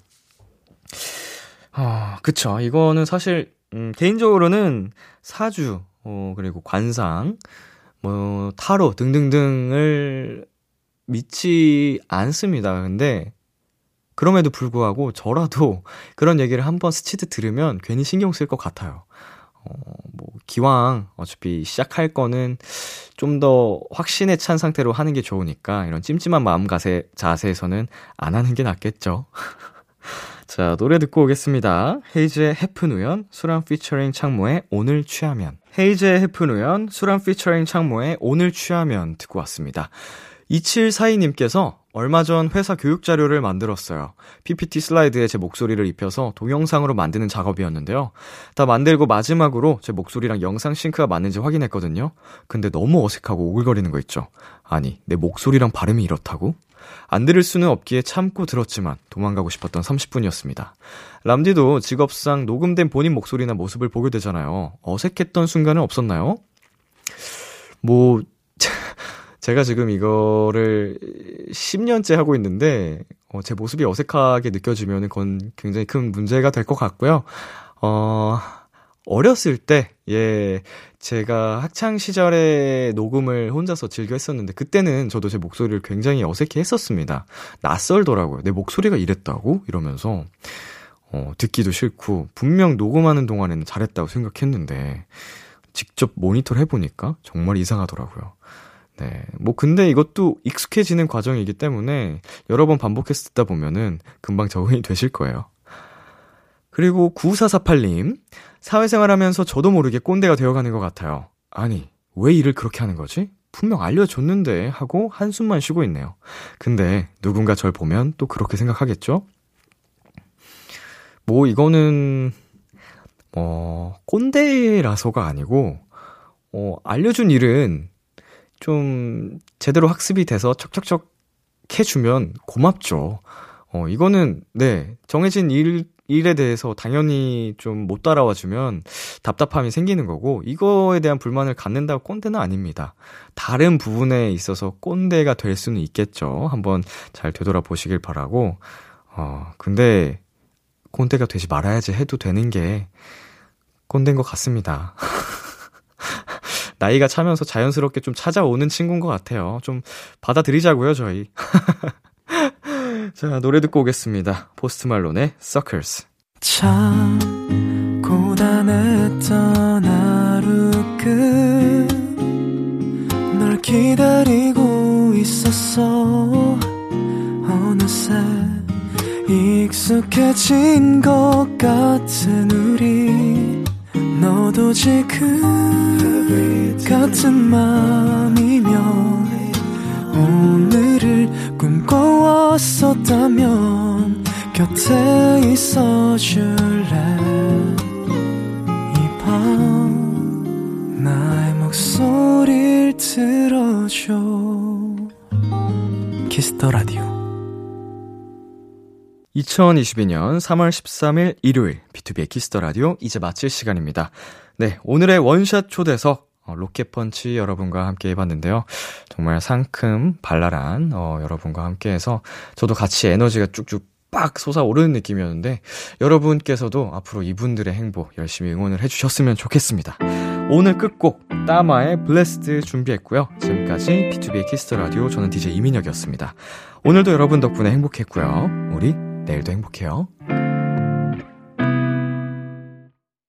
S2: 아, 그쵸. 이거는 사실 음, 개인적으로는 사주, 어, 그리고 관상, 뭐 타로 등등등을 믿지 않습니다. 근데 그럼에도 불구하고 저라도 그런 얘기를 한번 스치듯 들으면 괜히 신경 쓸 것 같아요. 어, 뭐, 기왕 어차피 시작할 거는 좀 더 확신에 찬 상태로 하는 게 좋으니까 이런 찜찜한 마음 가세, 자세에서는 안 하는 게 낫겠죠. 자, 노래 듣고 오겠습니다. 헤이즈의 해픈 우연, 수람 피처링 창모의 오늘 취하면. 헤이즈의 해픈 우연, 수람 피처링 창모의 오늘 취하면 듣고 왔습니다. 2742님께서 얼마 전 회사 교육 자료를 만들었어요. PPT 슬라이드에 제 목소리를 입혀서 동영상으로 만드는 작업이었는데요. 다 만들고 마지막으로 제 목소리랑 영상 싱크가 맞는지 확인했거든요. 근데 너무 어색하고 오글거리는 거 있죠. 아니, 내 목소리랑 발음이 이렇다고? 안 들을 수는 없기에 참고 들었지만 도망가고 싶었던 30분이었습니다. 람디도 직업상 녹음된 본인 목소리나 모습을 보게 되잖아요. 어색했던 순간은 없었나요? 뭐, 제가 지금 이거를 10년째 하고 있는데, 어, 제 모습이 어색하게 느껴지면 그건 굉장히 큰 문제가 될 것 같고요. 어, 어렸을 때, 예, 제가 학창 시절에 녹음을 혼자서 즐겨 했었는데, 그때는 저도 제 목소리를 굉장히 어색해 했었습니다. 낯설더라고요. 내 목소리가 이랬다고? 이러면서. 어, 듣기도 싫고, 분명 녹음하는 동안에는 잘했다고 생각했는데, 직접 모니터를 해보니까 정말 이상하더라고요. 네. 뭐, 근데 이것도 익숙해지는 과정이기 때문에 여러 번 반복해서 듣다 보면은 금방 적응이 되실 거예요. 그리고 9448님, 사회생활 하면서 저도 모르게 꼰대가 되어가는 것 같아요. 아니, 왜 일을 그렇게 하는 거지? 분명 알려줬는데 하고 한숨만 쉬고 있네요. 근데 누군가 절 보면 또 그렇게 생각하겠죠? 뭐, 이거는, 어, 꼰대라서가 아니고, 어, 알려준 일은 좀 제대로 학습이 돼서 척척척 해주면 고맙죠. 어, 이거는, 네, 정해진 일, 일에 대해서 당연히 좀 못 따라와주면 답답함이 생기는 거고, 이거에 대한 불만을 갖는다고 꼰대는 아닙니다. 다른 부분에 있어서 꼰대가 될 수는 있겠죠. 한번 잘 되돌아보시길 바라고, 어, 근데 꼰대가 되지 말아야지 해도 되는 게 꼰대인 것 같습니다. 나이가 차면서 자연스럽게 좀 찾아오는 친구인 것 같아요. 좀 받아들이자고요, 저희. 자, 노래 듣고 오겠습니다. 포스트 말론의 Suckers.
S16: 참 고단했던 하루 끝널 기다리고 있었어 어느새 익숙해진 것 같은 우리 너도 지금 같은 맘이면 오늘을 꿈꿔왔었다면 곁에 있어줄래 이 밤 나의 목소리를 들어줘 키스터 라디오
S2: 2022년 3월 13일 일요일 B2B의 키스터 라디오 이제 마칠 시간입니다. 네, 오늘의 원샷 초대석 어, 로켓펀치 여러분과 함께 해봤는데요. 정말 상큼 발랄한 어, 여러분과 함께해서 저도 같이 에너지가 쭉쭉 빡 솟아오르는 느낌이었는데 여러분께서도 앞으로 이분들의 행보 열심히 응원을 해주셨으면 좋겠습니다. 오늘 끝곡 따마의 블레스드 준비했고요. 지금까지 B2B의 키스터 라디오 저는 DJ 이민혁이었습니다. 오늘도 여러분 덕분에 행복했고요. 우리 내일도 행복해요.